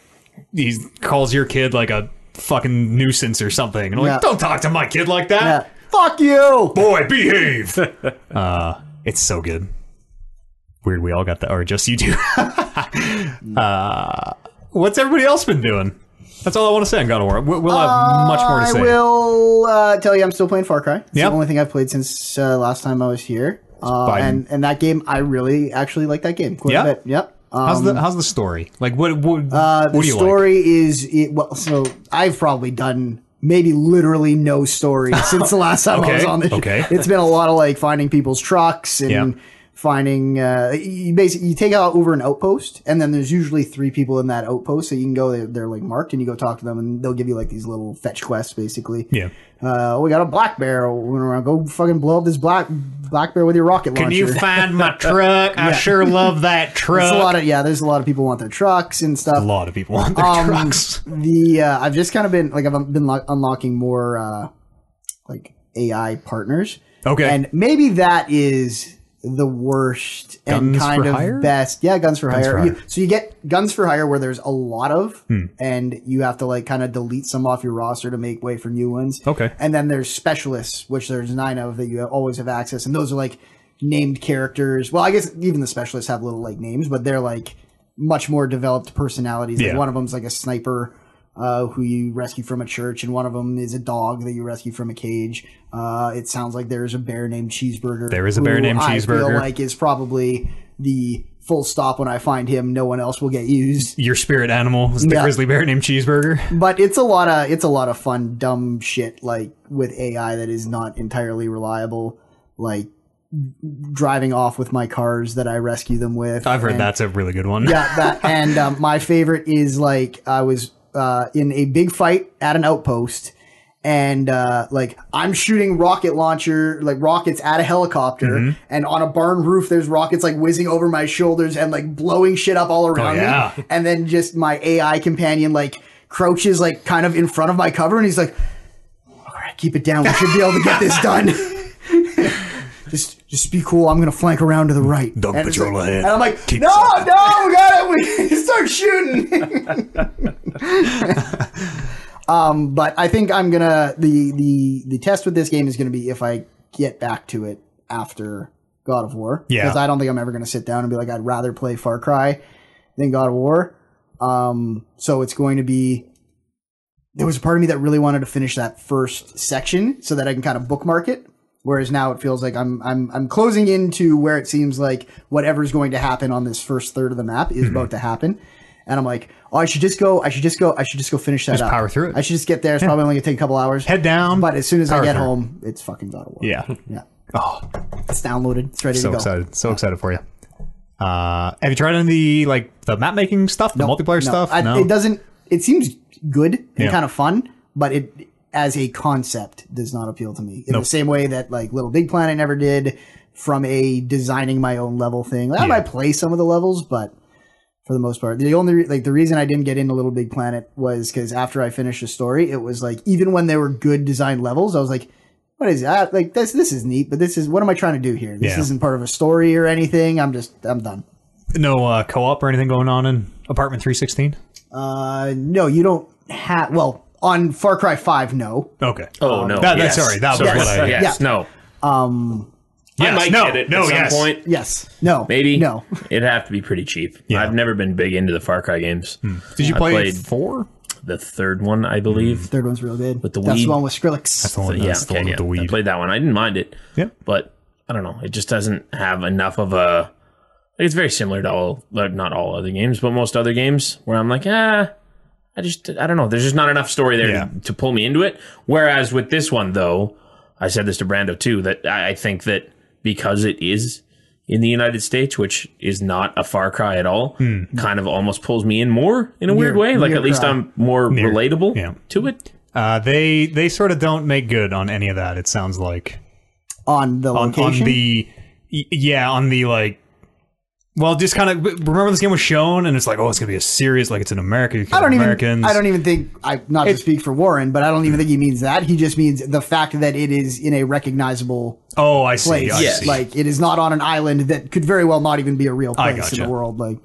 A: he calls your kid like a fucking nuisance or something, and I'm like,
B: Yeah.
A: don't talk to my kid like that.
B: Yeah. Fuck you.
A: boy, behave. *laughs* uh, it's so good. Weird, we all got that, or just you two. *laughs* uh, what's everybody else been doing? That's all I want to say on God of War. We- We'll have much more to
B: I
A: say.
B: will uh, tell you, I'm still playing Far Cry. It's
A: Yeah.
B: the only thing I've played since uh, last time I was here. Uh,
A: Biden.
B: and and that game, I really actually like that game quite
A: Yeah?
B: a bit. Yep. Um,
A: How's the How's the story? Like, what what,
B: uh,
A: what
B: the
A: do you like?
B: story is it, well, so I've probably done maybe literally no
A: *laughs*
B: story since the last time I was
A: Okay,
B: on this.
A: okay.
B: it's been a lot of like finding people's trucks and.
A: Yeah.
B: Finding, uh, you basically you take out over an outpost, and then there's usually three people in that outpost. So you can go, they're, they're like marked, and you go talk to them, and they'll give you like these little fetch quests, basically.
A: Yeah.
B: Uh, we got a black bear. We're gonna go fucking blow up this black black bear with your rocket launcher.
A: Can
B: *laughs*
A: you find my truck? I sure love that truck.
B: there's a lot of yeah. There's a lot of people want their trucks and stuff.
A: A lot of people want their
B: Um,
A: trucks.
B: The uh, I've just kind of been like I've been lo- unlocking more uh, like AI partners.
A: Okay.
B: and maybe that is the worst
A: Guns
B: and kind
A: for
B: of
A: hire?
B: best. Yeah, guns for hire.
A: for
B: You-
A: hire. Hmm.
B: so you get guns for hire where there's a lot of, and you have to like kind of delete some off your roster to make way for new ones.
A: Okay.
B: and then there's specialists, which there's nine of that you always have access, and those are like named characters. Well, I guess even the specialists have little like names, but they're like much more developed personalities. Like
A: Yeah.
B: one of them's like a sniper uh, who you rescue from a church, and one of them is a dog that you rescue from a cage. Uh, it sounds like there's a bear named Cheeseburger.
A: There is a bear
B: who
A: named
B: I
A: Cheeseburger.
B: feel like is probably the full stop when I find him. No one else will get used.
A: Your spirit animal is the
B: Yeah.
A: grizzly bear named Cheeseburger.
B: *laughs* But it's a lot of it's a lot of fun, dumb shit like with AI that is not entirely reliable, like driving off with my cars that I rescue them with.
A: I've heard
B: and-
A: that's a really good one.
B: yeah, that, and um, my favorite is like I was uh, in a big fight at an outpost, and uh, like I'm shooting rocket launcher like rockets at a helicopter, and on a barn roof there's rockets like whizzing over my shoulders and like blowing shit up all around
A: yeah.
B: me, and then just my AI companion like crouches like kind of in front of my cover, and he's like, "All right, keep it down. We should be able to get this done." *laughs* Just, just be cool. I'm gonna flank around to the right.
A: Dog
B: And it's
A: patrol
B: like-
A: ahead.
B: And I'm like,
A: Keep
B: no,
A: something."
B: no, we got it. We start shooting. *laughs* um, but I think I'm gonna the the the test with this game is gonna be if I get back to it after God of War.
A: Yeah.
B: Because I don't think I'm ever gonna sit down and be like, I'd rather play Far Cry than God of War. Um, so it's going to be. There was a part of me that really wanted to finish that first section so that I can kind of bookmark it. Whereas now it feels like I'm I'm I'm closing into where it seems like whatever's going to happen on this first third of the map is
A: Mm-hmm.
B: about to happen, and I'm like, oh, I should just go, I should just go, I should just go finish that up.
A: power through it.
B: I should just get there. It's probably only gonna take a couple hours.
A: Head down.
B: But as soon as I
A: power
B: get
A: through it.
B: home, it's fucking God of War.
A: yeah.
B: yeah,
A: Oh,
B: it's downloaded, it's ready
A: so
B: to go.
A: excited! So excited for you. Uh, have you tried any of the like the map making stuff, the multiplayer
B: No,
A: stuff?
B: I-
A: no,
B: It doesn't. It seems good and
A: Yeah.
B: kind of fun, but it as a concept does not appeal to me in the same way that like Little Big Planet never did. From a designing my own level thing, Like, I might play some of the levels, but for the most part, the only like the reason I didn't get into Little Big Planet was because after I finished the story, it was like even when there were good design levels, I was like. What is that? Like this this is neat, but this is what am I trying to do here? This
A: Yeah.
B: isn't part of a story or anything. I'm just I'm done.
A: no uh, co-op or anything going on in Apartment 316.
B: Uh, no, you don't have. Well, on Far Cry Five, no.
A: Okay.
C: Oh
B: Uh,
C: no!
A: that- that's
C: yes.
A: sorry, that was
C: Sorry.
A: what I-
C: Yes, no. I
A: Yes,
C: might
A: no,
C: get it
A: no,
C: at some
A: yes.
C: point.
B: Yes, no,
C: Maybe
B: no. *laughs*
C: It'd have to be pretty cheap.
A: Yeah. Hmm.
C: I've never been big into the Far Cry games.
A: Did you
C: I
A: play
C: played-
A: four?
C: The third one, I believe.
B: Third one's real good.
C: With the
B: That's
C: weed.
B: the one with Skrillex.
A: That's the one.
C: yeah,
A: Hmm. that's the
C: okay,
A: one with
C: yeah.
A: the
C: I
A: weed.
C: played that one. I didn't mind it.
A: Yeah.
C: but I don't know. It just doesn't have enough of a. It's very similar to all, like, not all other games, but most other games where I'm like, ah, I just, I don't know. There's just not enough story there
A: Yeah.
C: to, to pull me into it. Whereas with this one, though, I said this to Brando too, that I I think that because it is in the United States, which is not a far cry at all, kind of almost pulls me in more in a weird way. Like
B: Hmm. near
C: at least
B: cry.
C: I'm more relatable
A: yeah.
C: to it.
A: Uh, they they sort of don't make good on any of that. It sounds like
B: on the
A: on, on
B: location.
A: the y- yeah on the like. Well, just kind of remember this game was shown, and it's like, oh, it's gonna be a serious, like it's in America. You
B: I don't
A: Americans.
B: even. I don't even think. I not to speak for Warren, but I don't even think he means that. He just means the fact that it is in a recognizable
A: Oh, I see.
B: place.
A: I
C: Yeah,
A: see.
B: Like it is not on an island that could very well not even be a real
A: I
B: place in
A: gotcha.
B: the world. Like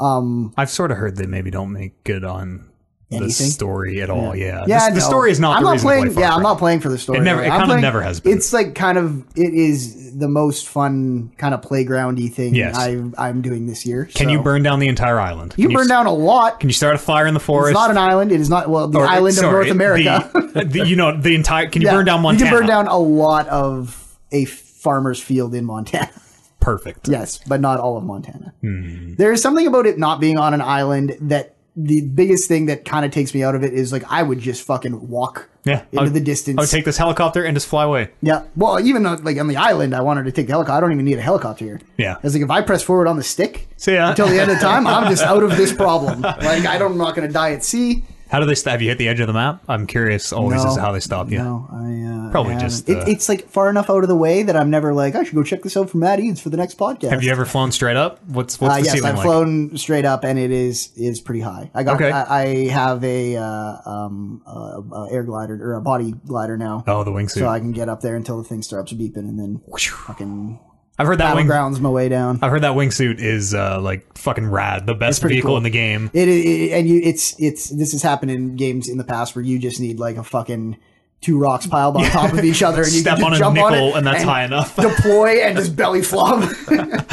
A: I've sort of heard they maybe don't make good on the
B: Anything?
A: story at all. Yeah,
B: Yeah,
A: Uh, This- the
B: no.
A: story is not
B: I'm
A: the
B: not
A: reason
B: playing.
A: to play Far
B: yeah,
A: Cry.
B: I'm not playing for the story.
A: It never- it
B: I'm
A: kinda
B: playing-
A: never has been.
B: It's like kind of. It is the most fun kind of playgroundy thing
A: Yes.
B: I, I'm doing this year.
A: Can
B: so.
A: you burn down the entire island?
B: You
A: can
B: can burn down a lot.
A: Can you start a fire in the forest?
B: It's not an island. It is not well the
A: Or,
B: island
A: sorry,
B: of North America.
A: The, *laughs* the- you know the entire. Can
B: *laughs*
A: you
B: Yeah.
A: burn down
B: You
A: Montana?
B: can burn down a lot of a farmer's field in Montana. *laughs*
A: Perfect.
B: yes, but not all of Montana.
A: Hmm.
B: There is something about it not being on an island that the biggest thing that kind of takes me out of it is like I would just fucking walk
A: Yeah,
B: into
A: I'll-
B: the distance.
A: I would take this helicopter and just fly away.
B: Yeah. Well, even uh, like on the island, I wanted to take the helicopter. I don't even need a helicopter here.
A: Yeah. uh,
B: It's like if I press forward on the stick
A: So yeah. *laughs*
B: until the end of time, I'm just out of this problem. Like I don't, I'm not going to die at sea.
A: How do they stop? Have you hit the edge of the map? I'm curious always as to how they stop you.
B: No, I uh,
A: Probably
B: I
A: just,
B: haven't.
A: uh,
B: it, it's like far enough out of the way that I'm never like I should go check this out for Matt Eads for the next podcast.
A: Have you ever flown straight up? What's what's
B: Uh,
A: the
B: yes,
A: ceiling
B: I've
A: like?
B: flown straight up, and it is is pretty high. I got
A: Okay.
B: I, I have a uh, um uh, uh, air glider or a body glider now,
A: Oh, the wingsuit.
B: so I can get up there until the thing starts beeping, and then fucking
A: I've heard that wing.
B: battlegrounds my way down.
A: I've heard that wingsuit is uh, like fucking rad. The best
B: pretty
A: vehicle
B: cool.
A: in the game.
B: It, it and you it's it's this has happened in games in the past where you just need like a fucking two rocks piled on top of each other and you
A: *laughs* Step
B: can
A: on
B: just
A: a
B: jump on
A: nickel,
B: it
A: and that's high enough.
B: deploy and just belly flop.
A: *laughs*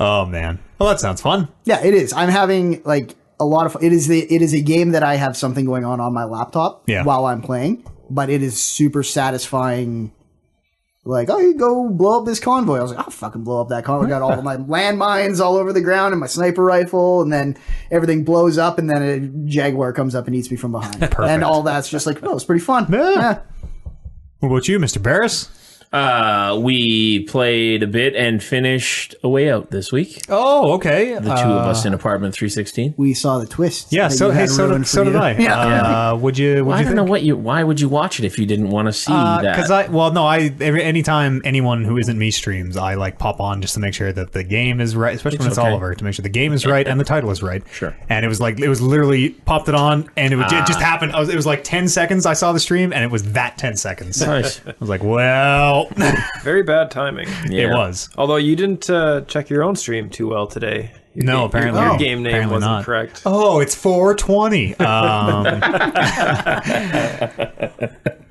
A: oh man. Well, that sounds fun.
B: yeah, it is. I'm having like a lot of. It is the it is a game that I have something going on on my laptop
A: Yeah.
B: while I'm playing, but it is super satisfying. Like, oh, you go blow up this convoy. I was like, I'll fucking blow up that convoy. I got all of
A: *laughs*
B: my landmines all over the ground and my sniper rifle, and then everything blows up, and then a jaguar comes up and eats me from
A: *laughs*
B: behind. And all that's just like, oh, it's pretty fun. Yeah.
A: What about you, Mr. Barris?
C: Uh, we played a bit and finished a way out this week.
A: Oh, okay.
C: The two of
B: Uh,
C: us in apartment 316.
B: We saw the twist.
A: Yeah,
B: that
A: so
B: you
A: hey,
B: had
A: so
B: ruined
A: did,
B: for
A: so did
B: you.
A: I. Uh, would you? Would
C: I
A: you
C: don't
A: think?
C: know what you. Why would you watch it if you didn't want to see
B: Uh,
A: Because I
C: that?
A: well no I every anytime anyone who isn't me streams I like pop on just to make sure that the game is right especially when it's
C: okay.
A: Oliver to make sure the game is right and the title is right
C: Sure.
A: and it was like it was literally popped it on and it, would, it just happened I was, it was like ten seconds I saw the stream and it was that ten
B: *laughs*
A: seconds
C: Nice.
A: I was like well *laughs*
D: Very bad timing.
A: it
C: Yeah.
A: was
D: Although you didn't uh, check your own stream too well today. Your
A: No,
D: ga-
A: apparently-
D: your,
A: Oh.
D: game name
A: apparently
D: wasn't
A: not.
D: correct.
A: oh it's four twenty
B: *laughs*
A: um,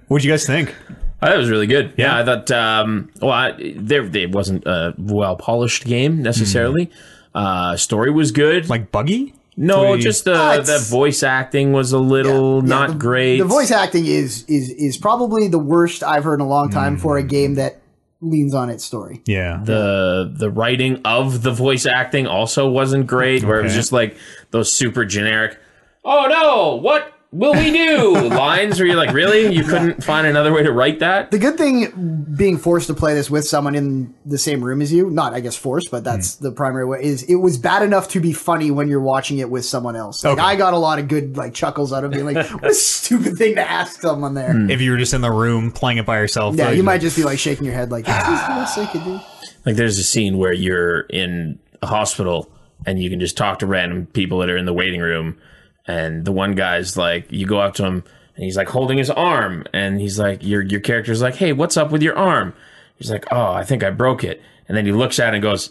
A: what'd you guys think
C: Oh, that was really good. Yeah,
A: Yeah.
C: I thought. Um, well, I, there it wasn't a well polished game necessarily. Uh, story was good.
A: Hmm. like buggy
C: no,
A: we-
C: just the
B: Ah, it's-
C: the voice acting was a little
B: Yeah,
C: not
B: the-
C: great.
B: The voice acting is is is probably the worst I've heard in a long time for a game that leans on its story.
A: yeah
C: the the writing of the voice acting also wasn't great. Where it was
A: Okay.
C: just like those super generic. Oh no! What will we
A: *laughs*
C: do? Lines where you're like, really? You couldn't find another way to write that?
B: The good thing being forced to play this with someone in the same room as you, not I guess forced, but that's the primary way, is it was bad enough to be funny when you're watching it with someone else. Like
A: Okay.
B: I got a lot of good like chuckles out of being *laughs* like, what a stupid thing to ask someone there.
A: If you were just in the room playing it by yourself,
B: Yeah,
A: uh,
B: you might just be Mm. like shaking your head like, this is the best I could do.
C: Like, there's a scene where you're in a hospital and you can just talk to random people that are in the waiting room. And the one guy's like, you go up to him and he's like holding his arm. And he's like, your, your character's like, hey, what's up with your arm? He's like, oh, I think I broke it. And then he looks at it and goes,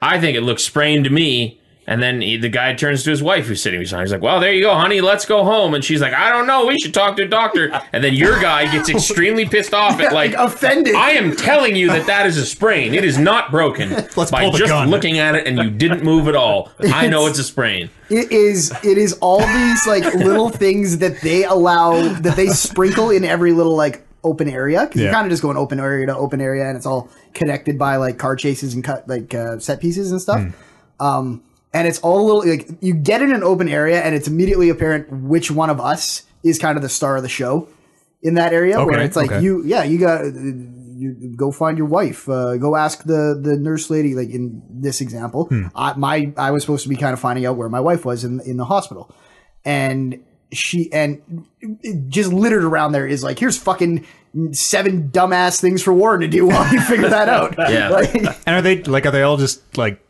C: I think it looks sprained to me. And then he, the guy turns to his wife who's sitting beside him. He's like, Well, there you go, honey. Let's go home. And she's like, I don't know. We should talk to a doctor. And then your guy gets extremely pissed off at, like,
B: Like offended.
C: I am telling you that that is a sprain. It is not broken
A: *laughs* Let's
C: by
A: pull the
C: just
A: gun.
C: looking at it and you didn't move at all. I know it's a sprain.
B: It is it is all these like little things that they allow that they sprinkle in every little like open area because
A: Yeah.
B: you're kind of just going open area to open area and it's all connected by like car chases and cut like uh, set pieces and stuff. Um, and it's all little like you get in an open area and it's immediately apparent which one of us is kind of the star of the show in that area where
A: Okay,
B: it's like
A: okay.
B: you yeah you got you go find your wife uh, go ask the the nurse lady like in this example
A: Hmm.
B: I, my I was supposed to be kind of finding out where my wife was in in the hospital and she and just littered around there is like here's fucking seven dumbass things for Warren to do while you figure that out
C: Yeah.
B: Like-
A: And are they like? Are they all just like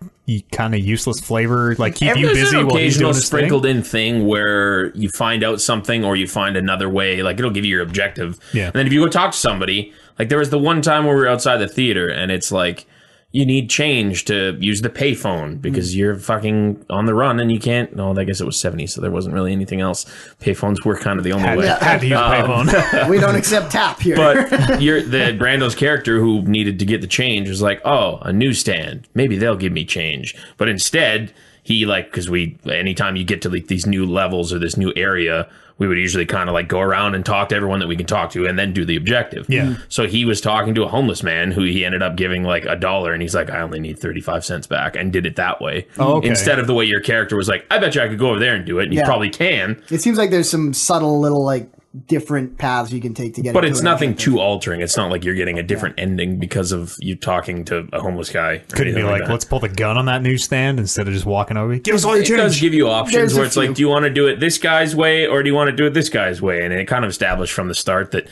A: kind of useless flavor? Like keep you
C: There's
A: busy
C: an
A: while he's
C: occasional
A: doing his thing?
C: sprinkled in thing where you find out something or you find another way. Like it'll give you your objective.
A: Yeah.
C: And then if you go talk to somebody, like there was the one time where we were outside the theater and it's like you need change to use the payphone because
A: Hmm.
C: you're fucking on the run and you can't. No, I guess it was seventy, so there wasn't really anything else. Payphones were kind of the only
A: Had,
C: way.
A: had to use
C: *laughs*
A: payphone.
B: we don't accept tap here
A: *laughs*
C: But you're, the Brando's character who needed to get the change was like, oh, a newsstand. Maybe they'll give me change. But instead, he like because we anytime you get to like these new levels or this new area, we would usually kind of like go around and talk to everyone that we can talk to, and then do the objective.
A: Yeah.
C: So he was talking to a homeless man who he ended up giving like a dollar, and he's like, I only need thirty five cents back, and did it that way
A: Oh, okay.
C: instead of the way your character was like, I bet you I could go over there and do it, and you
B: Yeah.
C: probably can.
B: it seems like there's some subtle little like different paths you can take to get
C: But
B: it to
C: it's
B: an
C: nothing
B: objective.
C: too altering. It's not like you're getting a different ending because of you talking to a homeless guy. or
A: Couldn't be
C: anything
A: like,
C: that.
A: let's pull the gun on that newsstand instead of just walking over. Give us all your
C: It does
A: change.
C: give you options
B: There's a
C: where it's
B: few.
C: like, do you want to do it this guy's way or do you want to do it this guy's way? And it kind of established from the start that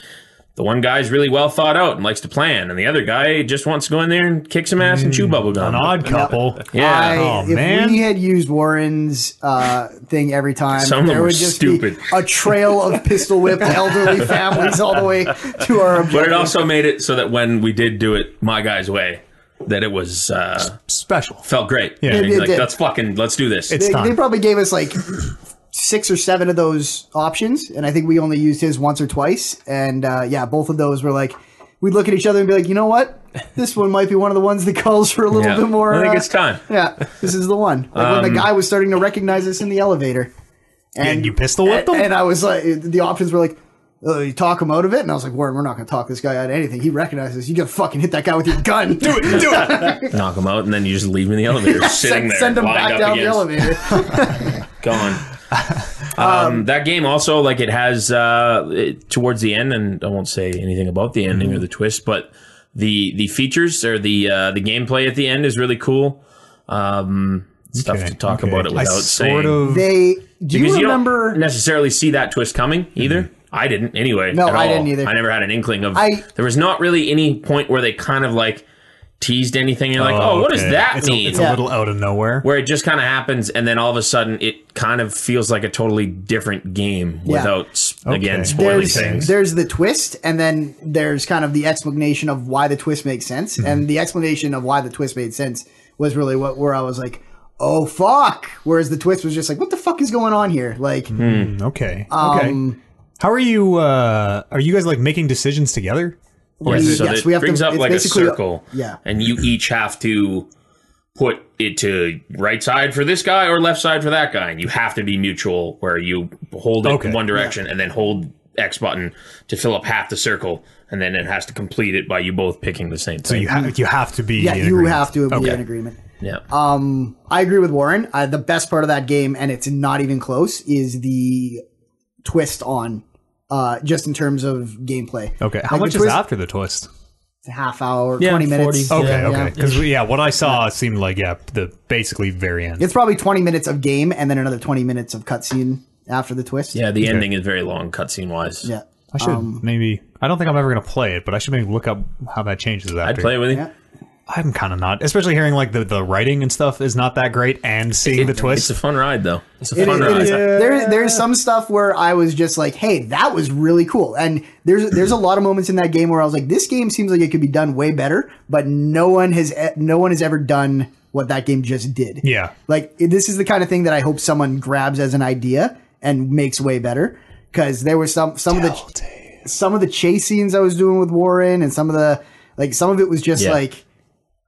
C: the one guy's really well thought out and likes to plan, and the other guy just wants to go in there and kick some ass and chew bubble gum.
A: Hmm. An odd couple.
C: Yeah.
B: I,
A: Oh,
B: if
A: man.
B: we had used Warren's uh, thing every time,
C: Some of them
B: there
C: were
B: would just
C: stupid.
B: be a trail
C: *laughs*
B: of pistol whipped elderly families all the way to our.
C: But it also made it so that when we did do it my guy's way, that it was uh,
A: Special.
C: felt great.
A: Yeah. It-
C: He's
B: it
C: like,
B: did.
C: let's fucking let's do this.
A: It's
B: They,
A: time.
B: they probably gave us like six or seven of those options, and I think we only used his once or twice. And uh, yeah, both of those were like we'd look at each other and be like, you know what, this one might be one of the ones that calls for a little
C: Yeah.
B: bit more.
C: I think
B: uh,
C: it's time.
B: Yeah, this is the one. Like when
C: Um,
B: the guy was starting to recognize us in the elevator.
A: And you pistol whipped
B: and-
A: them?
B: And I was like, the options were like, uh, you talk him out of it, and I was like, Warren, we're not going to talk this guy out of anything. He recognizes you. Got to fucking hit that guy with your gun. Do *laughs* it.
A: Do it.
C: knock him out, and then you just leave him in the elevator,
B: Send,
C: sitting there,
B: send him
C: lined
B: back down
C: up
B: the
C: against, *laughs*
B: elevator.
C: gone. um, that game also like it has uh, it, towards the end, and I won't say anything about the ending or the twist, but the the features or the uh, the gameplay at the end is really cool. Um, stuff
A: Okay,
C: to talk
A: okay.
C: about it
A: I
C: without
A: sort
C: saying.
A: of.
B: They. Do you
C: Because
B: remember?
C: don't necessarily see that twist coming either. I didn't anyway.
B: No,
C: at
B: I
C: all.
B: didn't either.
C: I never had an inkling of.
B: I-
C: there was not really any point where they kind of like teased anything. You're like, oh, what
A: okay.
C: does that
A: it's
C: mean?
A: A, it's a little out of nowhere.
C: where it just kind of happens and then all of a sudden it kind of feels like a totally different game
B: Yeah.
C: without s again
A: Okay.
C: spoiling
B: there's
C: things
B: there's the twist, and then there's kind of the explanation of why the twist makes sense,
C: Mm-hmm.
B: and the explanation of why the twist made sense was really what where I was like, oh fuck. Whereas the twist was just like, what the fuck is going on here? Like,
C: Mm-hmm.
A: Okay.
B: Um,
A: okay. How are you? Uh, are you guys like making decisions together?
C: Yeah,
B: we-
C: so
B: yes,
C: it
B: we have to-
C: brings up
B: it's
C: like a
B: basically a-
C: circle
B: yeah.
C: and you each have to put it to right side for this guy or left side for that guy and you have to be mutual where you hold it
A: Okay.
C: in one direction and then hold x button to fill up half the circle and then it has to complete it by you both picking the same thing
A: So you have you have to be.
B: yeah,
A: in
B: you
A: agreement.
B: have to be
A: Okay.
B: in agreement.
C: yeah
B: Uh, I agree with Warren. Uh, the best part of that game, and it's not even close, is the twist on, uh, just in terms of gameplay.
A: Okay,
B: Like,
A: how
B: the
A: much is
B: twist-
A: after the twist?
B: It's a half hour,
C: Yeah,
B: twenty minutes.
C: 40.
A: Okay,
B: Yeah,
A: okay,
B: yeah.
A: because yeah, what I saw seemed like yeah, the basically very end.
B: It's probably twenty minutes of game and then another twenty minutes of cutscene after the twist.
C: Yeah, the ending is very long, cutscene wise.
B: yeah.
A: I should
B: um,
A: maybe. I don't think I'm ever gonna play it, but I should maybe look up how that changes after.
C: I'd play with you.
B: Yeah.
A: I'm kind of not, especially hearing like the, the writing and stuff is not that great, and seeing the
C: It's
A: twist.
C: a fun ride, though. It's a
B: It
C: fun
B: is-
C: ride.
B: it is- There, there's some stuff where I was just like, "Hey, that was really cool," and there's there's a lot of moments in that game where I was like, "This game seems like it could be done way better," but no one has e- no one has ever done what that game just did.
A: yeah,
B: Like it- this is the kind of thing that I hope someone grabs as an idea and makes way better because there were some some of the some of the chase scenes I was doing with Warren and some of the like some of it was just
C: Yeah.
B: like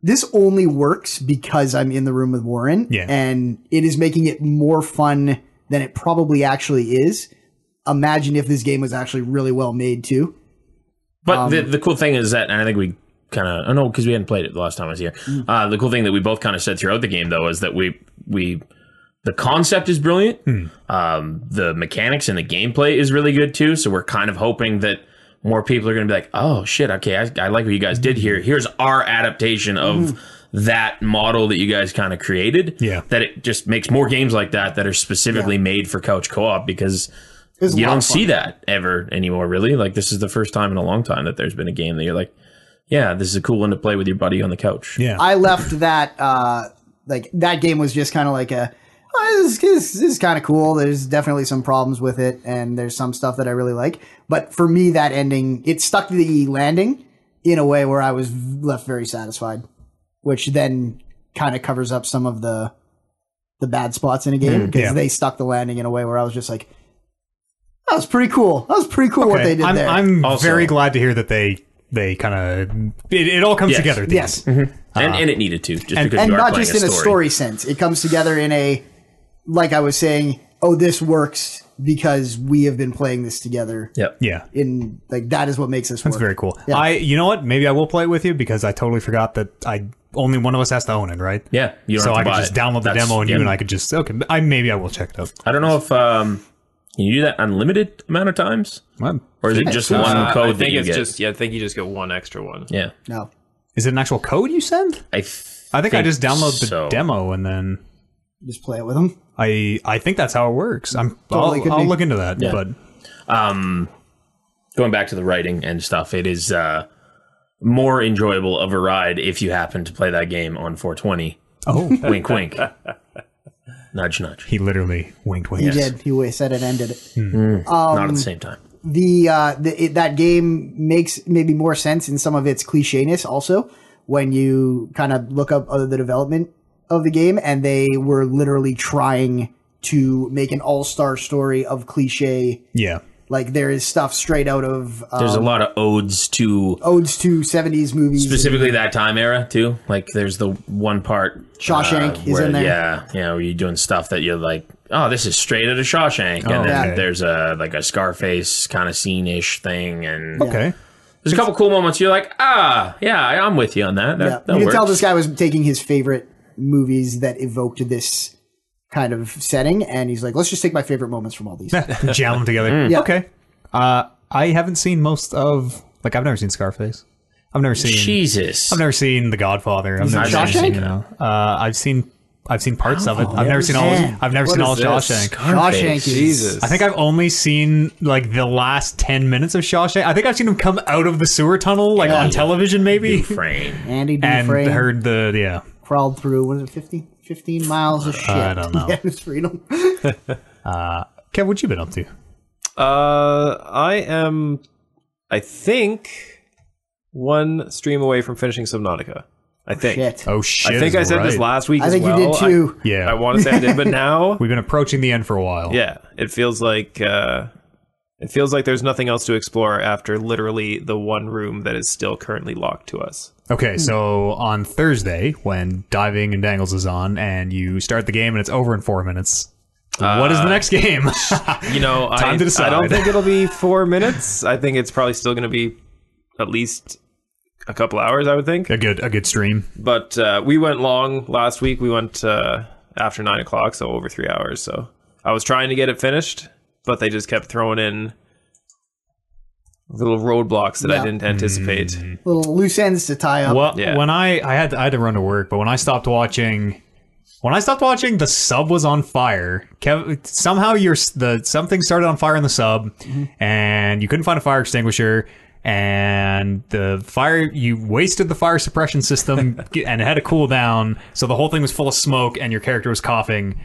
B: this only works because I'm in the room with Warren
A: Yeah.
B: and it is making it more fun than it probably actually is. Imagine if this game was actually really well made too.
C: But the, the cool thing is that, and I think we kind of, oh no, because we hadn't played it the last time I was here. Uh, the cool thing that we both kind of said throughout the game, though, is that we we the concept is brilliant. Um, the mechanics and the gameplay is really good too. So we're kind of hoping that more people are going to be like, oh shit, okay, I, I like what you guys did here. Here's our adaptation of. That model that you guys kind of created,
A: Yeah.
C: that it just makes more games like that that are specifically made for couch co-op because
B: It was a
C: you
B: lot
C: don't
B: of fun.
C: see that ever anymore, really. Like this is the first time in a long time that there's been a game that you're like, yeah, this is a cool one to play with your buddy on the couch.
A: yeah.
B: I left that uh like that game was just kind of like a oh, this, this, this is kind of cool. There's definitely some problems with it, and there's some stuff that I really like. But for me, that ending it stuck the landing in a way where I was left very satisfied, which then kind of covers up some of the the bad spots in a game because
A: Mm, yeah.
B: they stuck the landing in a way where I was just like, that was pretty cool. That was pretty cool what
A: Okay,
B: they did
A: I'm,
B: there.
A: I'm
C: Also-
A: very glad to hear that they they kind of it, it all comes
C: Yes.
A: together. At the
B: yes.
A: end.
C: And,
A: Uh-huh.
C: and it needed to, just because
B: and
C: you are
B: not
C: playing
B: just in a story sense. It comes together in a, like I was saying, oh, this works because we have been playing this together.
C: Yep.
A: Yeah.
B: In like that is what makes this
A: It's
B: work.
A: very cool. I, you know what? Maybe I will play it with you because I totally forgot that I only one of us has to own it, right?
C: Yeah, you don't
A: so
C: have to
A: I could
C: buy
A: just
C: it.
A: download the
C: That's-
A: demo and you
C: yeah.
A: and I could just okay. I maybe I will check it out.
C: I don't know if um, can you do that unlimited amount of times,
A: Well,
C: or is it just
D: Uh,
C: one
D: I
C: code
D: think
C: that you
D: it's
C: get?
D: just yeah. I think you just get one extra one.
C: yeah,
B: No,
A: Is it an actual code you send?
C: I, th-
A: I think, I just download the
C: so.
A: demo and then
B: just play it with them.
A: I I think that's how it works. I'm
B: Totally could
A: I'll, I'll
B: be.
A: look into that.
C: Yeah.
A: But
C: going back to the writing and stuff, it is uh, more enjoyable of a ride if you happen to play that game on 420.
A: oh, *laughs*
C: wink,
D: *laughs*
C: wink. Nudge, nudge.
A: he literally winked winked.
B: He did. He wa- said it ended it.
A: Um,
C: Not at the same time.
B: the uh, the it, that game makes maybe more sense in some of its clichéness also when you kind of look up uh, the development of the game and they were literally trying to make an all-star story of cliche
A: Yeah.
B: like there is stuff straight out of uh,
C: There's a lot of odes to
B: odes to 70s movies
C: specifically that time era too. Like there's the one part
B: Shawshank is
C: uh, where,
B: in there.
C: Yeah, yeah, where you're doing stuff that you're like, oh, this is straight out of Shawshank, and
A: Oh,
C: then
A: okay.
C: there's a like a Scarface kind of scene ish thing, and
A: Okay. *laughs*
C: there's a couple cool moments. You're like, ah, yeah, I- I'm with you on that. That,
B: Yeah.
C: that
B: you can
C: works.
B: tell this guy was taking his favorite movies that evoked this kind of setting and he's like let's just take my favorite moments from all
A: *laughs*
B: these
A: Jam them together.
B: Mm. Yeah.
A: Okay. Uh, I haven't seen most of like I've never seen Scarface. I've never seen.
C: Jesus.
A: I've never seen The Godfather. I've never
C: in
A: seen,
B: Shawshank?
A: you know, uh, I've seen I've seen parts of it. I've never seen all.
B: Man.
A: I've never
D: Oh, What
A: seen all of
D: is this?
A: Shawshank.
B: Shawshank is-
D: Jesus.
A: I think I've only seen like the last ten minutes of Shawshank. I think I've seen him come out of the sewer tunnel like on television, maybe,
C: Frame.
B: Andy
A: and
B: Dufresne
A: heard the yeah.
B: crawled through what is it 50, 15 miles of shit
A: I
B: *laughs*
A: don't know.
B: yeah, it's freedom
A: Kev, what you been up to?
D: Uh, I am, I think, one stream away from finishing Subnautica. I think.
B: shit
A: Oh shit!
D: I
A: is
D: think I said this
A: right.
D: last week.
B: I
D: as
B: think you
D: well.
B: did too
D: I,
A: Yeah,
D: I want to say I *laughs* did, but now,
A: we've been approaching the end for a while.
D: yeah, it feels like uh, it feels like there's nothing else to explore after literally the one room that is still currently locked to us.
A: Okay, so on Thursday when diving and dangles is on, and you start the game and it's over in four minutes.
D: Uh,
A: what is the next *laughs* game?
D: You *laughs* know,
A: Time
D: I,
A: to decide.
D: I don't think it'll be four minutes. I think it's probably still going to be at least a couple hours. I would think.
A: a good a good stream.
D: but uh, we went long last week. We went uh, after nine o'clock, so over three hours. So I was trying to get it finished, but they just kept throwing in little roadblocks that I
B: Yeah.
D: didn't anticipate.
B: Little loose ends to tie up.
A: Well,
D: Yeah.
A: when I I had to, I had to run to work, but when I stopped watching, when I stopped watching, the sub was on fire. Kev, somehow your s- the something started on fire in the sub,
D: Mm-hmm.
A: and you couldn't find a fire extinguisher. And the fire, you wasted the fire suppression
D: *laughs*
A: system, g- and it had a cool down, so the whole thing was full of smoke, and your character was coughing.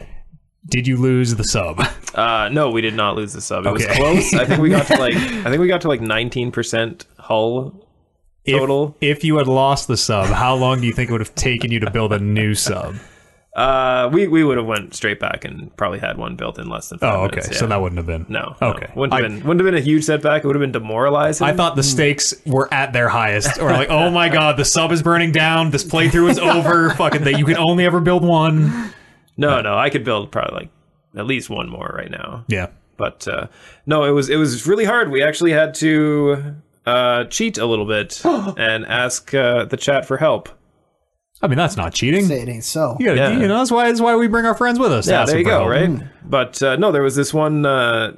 A: Did you lose the sub? *laughs*
D: Uh, no, we did not lose the sub. It
A: Okay.
D: was close. I think
A: *laughs*
D: we got to like I think we got to like nineteen percent hull
A: If-
D: total.
A: If, you had lost the sub, how long do you think it would have taken you to build a new
D: *laughs*
A: sub?
D: Uh, we we would have went straight back and probably had one built in less than five
A: Oh, okay.
D: minutes, yeah.
A: So that wouldn't have been.
D: no, no.
A: Okay.
D: wouldn't have
A: I-
D: been wouldn't have been a huge setback. It would have been demoralizing.
A: I thought the stakes were at their highest. Or like, oh my god, the sub is burning down. This playthrough is
D: *laughs*
A: over. Fucking that you can only ever build one.
D: no, no, I could build probably like at least one more right now.
A: Yeah.
D: but uh, no, it was it was really hard. We actually had to uh, cheat a little bit and ask uh, the chat for help.
A: I mean, that's not cheating.
B: Say it ain't so.
A: You, gotta,
D: Yeah.
A: you know, that's why that's why we bring our friends with us. to
D: Yeah,
A: ask
D: there you
A: them for
D: go,
A: help.
D: right? But uh, no, there was this one. Uh,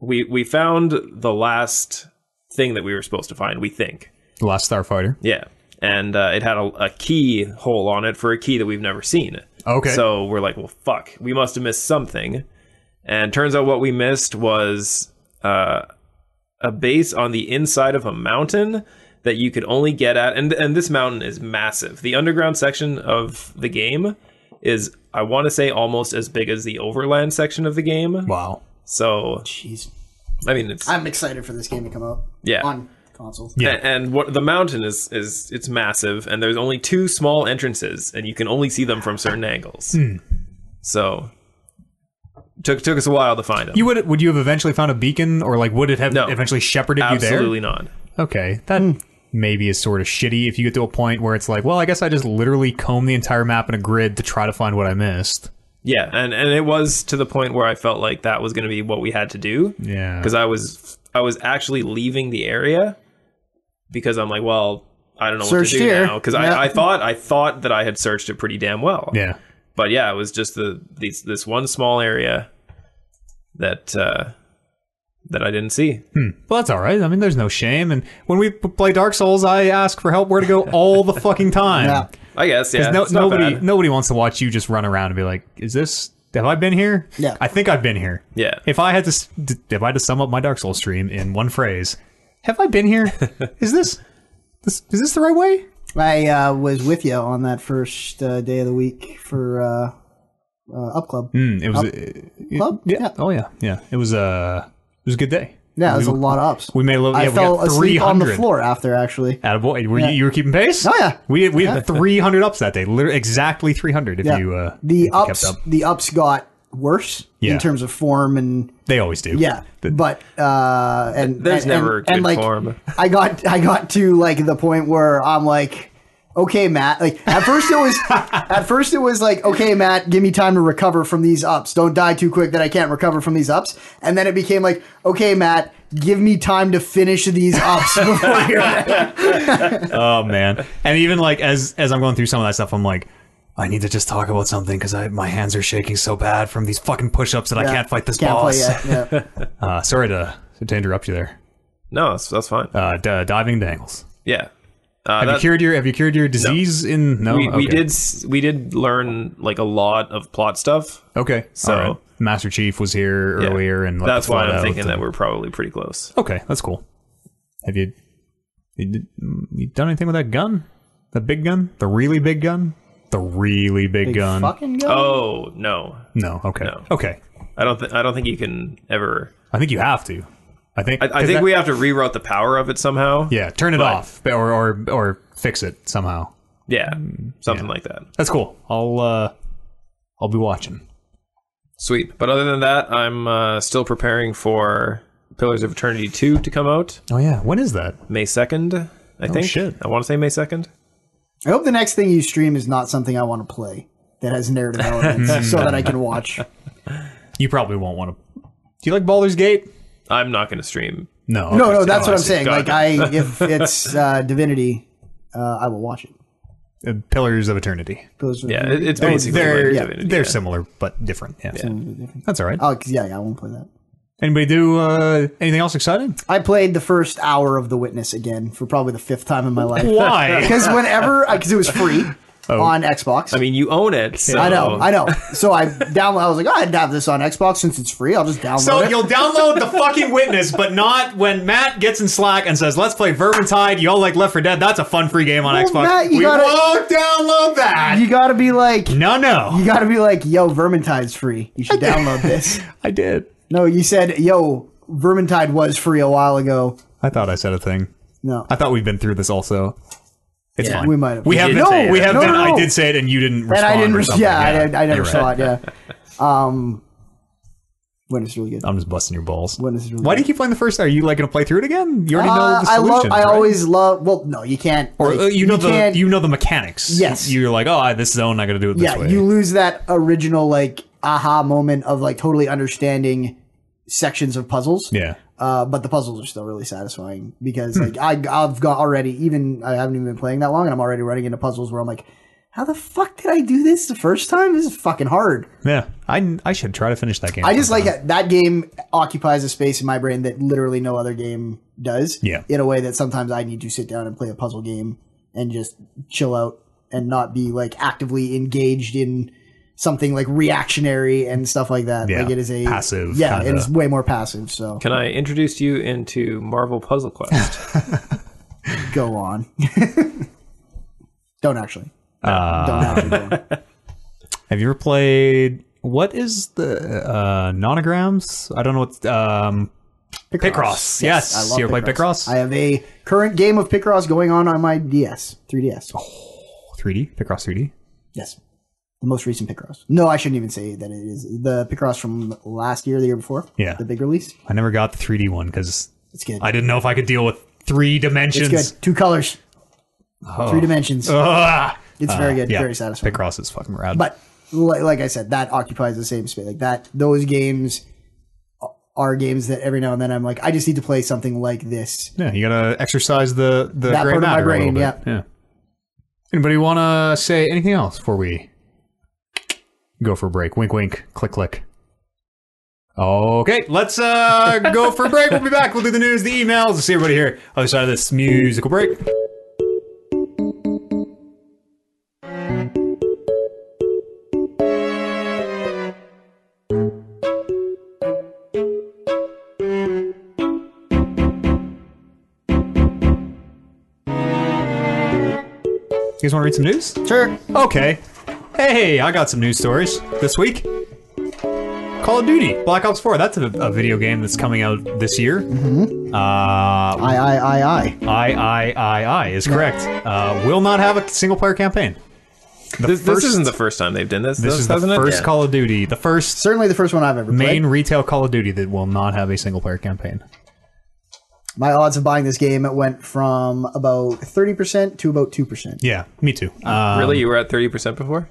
D: we we found the last thing that we were supposed to find. We think,
A: The Last Starfighter.
D: yeah, and uh, it had a, a key hole on it for a key that we've never seen.
A: Okay.
D: so we're like, well, fuck, we must have missed something. And turns out what we missed was uh, a base on the inside of a mountain that you could only get at, and and this mountain is massive. The underground section of the game is, I want to say, almost as big as the overland section of the game.
A: Wow.
D: So
B: Jeez.
D: I mean, it's
B: I'm excited for this game to come out.
D: Yeah.
B: On consoles.
A: Yeah.
D: a- and what the mountain is is it's massive, and there's only two small entrances, and you can only see them from certain angles.
A: Hmm.
D: So took took us a while to find them.
A: You would would you have eventually found a beacon, or like would it have
D: No.
A: eventually shepherded you
D: Absolutely not.
A: there? Okay, that maybe is sort of shitty if you get to a point where it's like, well, I guess I just literally comb the entire map in a grid to try to find what I missed.
D: Yeah, and and it was to the point where I felt like that was going to be what we had to do.
A: Yeah.
D: because I was I was actually leaving the area because I'm like, well, I don't know
B: Searched
D: what to do
B: here.
D: now because
B: Yeah.
D: I, I thought I thought that I had searched it pretty damn well.
A: Yeah.
D: but yeah, it was just the these, this one small area that uh, that I didn't see.
A: Well, that's all right. I mean, there's no shame. And when we p- play Dark Souls, I ask for help where
B: *laughs*
A: to go all the fucking time.
B: Yeah.
D: I guess yeah,
A: No,
D: it's not
A: nobody,
D: bad.
A: nobody wants to watch you just run around and be like, "Is this? Have I been here?
B: Yeah.
A: I think I've been here.
D: Yeah.
A: If I had to, s- d- if I had to sum up my Dark Souls stream in one phrase, have I been *laughs* here? is this, this, is this the right way?
B: I uh, was with you on that first uh, day of the week for uh, uh, Up Club.
A: Mm, it was. uh, it-
B: Club?
A: Yeah.
B: Yeah.
A: Oh yeah. Yeah. It was uh, it was a good day.
B: Yeah, it was a lot of ups.
A: We made a little.
B: I
A: yeah, we got
B: fell asleep on the
A: 300.
B: floor after, actually.
A: Attaboy. Were you, you were keeping pace?
B: Oh, yeah.
A: We we had 300 ups that day. Literally exactly 300 if
B: Yeah.
A: you uh if
B: the
A: you
B: ups,
A: kept up.
B: the ups got worse
A: Yeah.
B: in terms of form and
A: They always do.
B: yeah, but uh, and
D: There's
B: and-
D: never
B: and,
D: good
B: and, like,
D: form.
B: I got I got to like the point where I'm like, okay, Matt. Like at first it
A: *laughs*
B: was at first it was like, okay, Matt, give me time to recover from these ups. Don't die too quick that I can't recover from these ups. And then it became like, okay, Matt, give me time to finish these
A: *laughs*
B: ups before you're
A: Oh man. And even like as as I'm going through some of that stuff I'm like I need to just talk about something cuz I my hands are shaking so bad from these fucking push-ups that I can't fight this
B: Can't play
A: boss.
B: yet, yeah.
A: Uh sorry to to interrupt you there.
D: No, that's, that's fine.
A: Uh d- diving dangles.
D: yeah, uh,
A: Have you
D: that-
A: cured your have you cured your disease in no
D: we, we
A: Oh, Okay.
D: did s- we did learn like a lot of plot stuff.
A: Okay.
D: So-
A: All right. Master Chief was here
D: Yeah.
A: earlier and let
D: that's
A: the
D: why
A: flood
D: I'm
A: out
D: thinking
A: and-
D: that we're probably pretty close.
A: Okay, that's cool. Have you you, did- you done anything with that gun? The big gun? The really big gun? The really big, *laughs* gun?
B: Fucking gun.
D: Oh no,
A: No. Okay.
D: No.
A: Okay.
D: I don't. Th- I don't think you can ever.
A: I think you have to. I think.
D: I, I
A: 'cause
D: think
A: that-
D: we have to reroute the power of it somehow.
A: Yeah, turn it off or or or fix it somehow.
D: Yeah,
A: Hmm.
D: something like that.
A: That's cool. I'll uh, I'll be watching.
D: Sweet. But other than that, I'm uh, still preparing for Pillars of Eternity 2 to come out
A: Oh yeah, when is that?
D: May 2nd, I think.
A: Oh, shit.
D: I want to say May 2nd.
B: I hope the next thing you stream is not something I want to play that has narrative elements
D: *laughs*
B: so that I can watch.
A: You probably won't want to. Do you like Baldur's Gate?
D: I'm not going to stream.
A: No.
B: No,
A: okay.
B: no, that's what
A: Oh, I
B: I'm
A: see.
B: saying. Like I, if
D: *laughs*
B: it's uh, Divinity, uh, I will watch it.
A: Uh, Pillars of Eternity.
B: Those are-
D: Yeah, it, it's
A: They're
D: basically.
A: they're,
D: like
B: yeah,
D: Divinity,
A: they're
D: yeah.
A: similar but different. Yeah. That's all right.
B: Oh, 'cause- yeah, yeah, I won't play that.
A: Anybody do uh, anything else exciting?
B: I played the first hour of The Witness again for probably the fifth time in my life.
D: *laughs*
B: *laughs*
A: Why?
B: Because whenever, because it was free on Xbox.
D: Oh. I mean, oh. you own it. So.
B: I know, I know. So I download. I was like, oh, I didn't have this on Xbox since it's free. I'll just download
A: so
B: it.
A: you'll download the fucking witness, but not when Matt gets in Slack and says, "Let's play Vermintide." Y'all like Left 4 Dead? That's a fun free game on
B: Well,
A: Xbox.
B: Matt, you
A: we
B: gotta-
A: won't download that.
B: you gotta be like,
A: no, no.
B: you gotta be like, yo, Vermintide's free. You
D: *laughs*
B: should download this.
A: I did.
B: No, you said, yo, Vermintide was free a while ago.
A: I thought I said a thing.
B: No,
A: I thought we've been through this also. It's
C: Yeah.
A: fine.
B: we might have.
A: We have
C: did
A: been.
C: say it.
A: we have
B: No,
A: been.
B: no,
A: I
B: no.
A: did say it, and you didn't respond.
B: and I didn't.
A: or
B: res-
A: something.
B: yeah, I, I, I never
A: you're right.
B: saw it. Yeah.
A: *laughs*
B: Um, when it's really good.
A: I'm just busting your balls.
B: When is it really
A: Why do you keep playing the first? Are you like going to play through it again? You already know
B: Uh,
A: the
B: I love.
A: solutions.
B: I
A: right?
B: always love. Well, no, you can't.
A: or
B: like,
A: uh, you know the
B: can't-
A: you know the mechanics.
B: Yes.
A: you're like, oh, I, this zone, I got to do it this
B: yeah,
A: way.
B: you lose that original like aha moment of like totally understanding sections of puzzles.
A: yeah,
B: Uh, but the puzzles are still really satisfying because
A: Hmm.
B: like I I've got already even I haven't even been playing that long and I'm already running into puzzles where I'm like, how the fuck did I do this the first time? This is fucking hard.
A: yeah. I I should try to finish that game.
B: I just like
A: sometime.
B: that, that game occupies a space in my brain that literally no other game does.
A: Yeah.
B: In a way that sometimes I need to sit down and play a puzzle game and just chill out and not be like actively engaged in something like reactionary and stuff like that.
A: Yeah.
B: Like it is a
A: Passive
B: Yeah, it
A: kinda.
B: is way more passive. So
D: Can I introduce you into Marvel
A: *laughs*
D: Puzzle Quest?
B: go on. *laughs* Don't actually.
A: Uh,
B: Don't actually. Go on.
A: Have you ever played? What is the uh, nonograms? I don't know what. Um, *laughs* Picross. Yes,
B: I love
A: you ever played Picross?
B: I have a current game of Picross going on on my DS, 3DS.
A: Oh. 3D Picross 3D.
B: Yes. The most recent Picross. No, I shouldn't even say that it is. The Picross from last year, the year before.
A: Yeah.
B: The big release.
A: I never got the 3D one because
B: It's good.
A: I didn't know if I could deal with three
B: it's
A: dimensions.
B: good. Two colors. Three dimensions.
A: Ugh.
B: it's very good.
A: Oh. Uh, yeah,
B: Very satisfying.
A: Picross is fucking rad.
B: But li- like I said, that occupies the same space. Like that, those games are games that every now and then I'm like, I just need to play something like this.
A: Yeah, you gotta exercise the the
B: That
A: gray
B: part of my
A: matter a little
B: brain,
A: bit. Yeah. Anybody wanna say anything else before we go for a break? Wink, wink. Click, click. Okay, let's uh, go for a break. We'll be back. We'll do the news, the emails. We'll see everybody here other side of this musical break. You guys want to read some news?
B: Sure.
A: Okay. Hey, I got some news stories this week. Call of Duty, Black Ops 4. That's a, a video game that's coming out this year. Uh,
B: I, I, I, I.
A: I, I, I, I is correct. Uh, will not have a single player campaign. The
D: this, this isn't the first time they've done this.
A: This
D: though,
A: is the
D: hasn't it?
A: first Call of Duty, the first
B: Certainly the first one I've ever played.
A: main retail Call of Duty that will not have a single player campaign.
B: My odds of buying this game went from about 30% to about 2%.
A: Yeah, me too. Uh,
D: Really, you were at thirty percent before.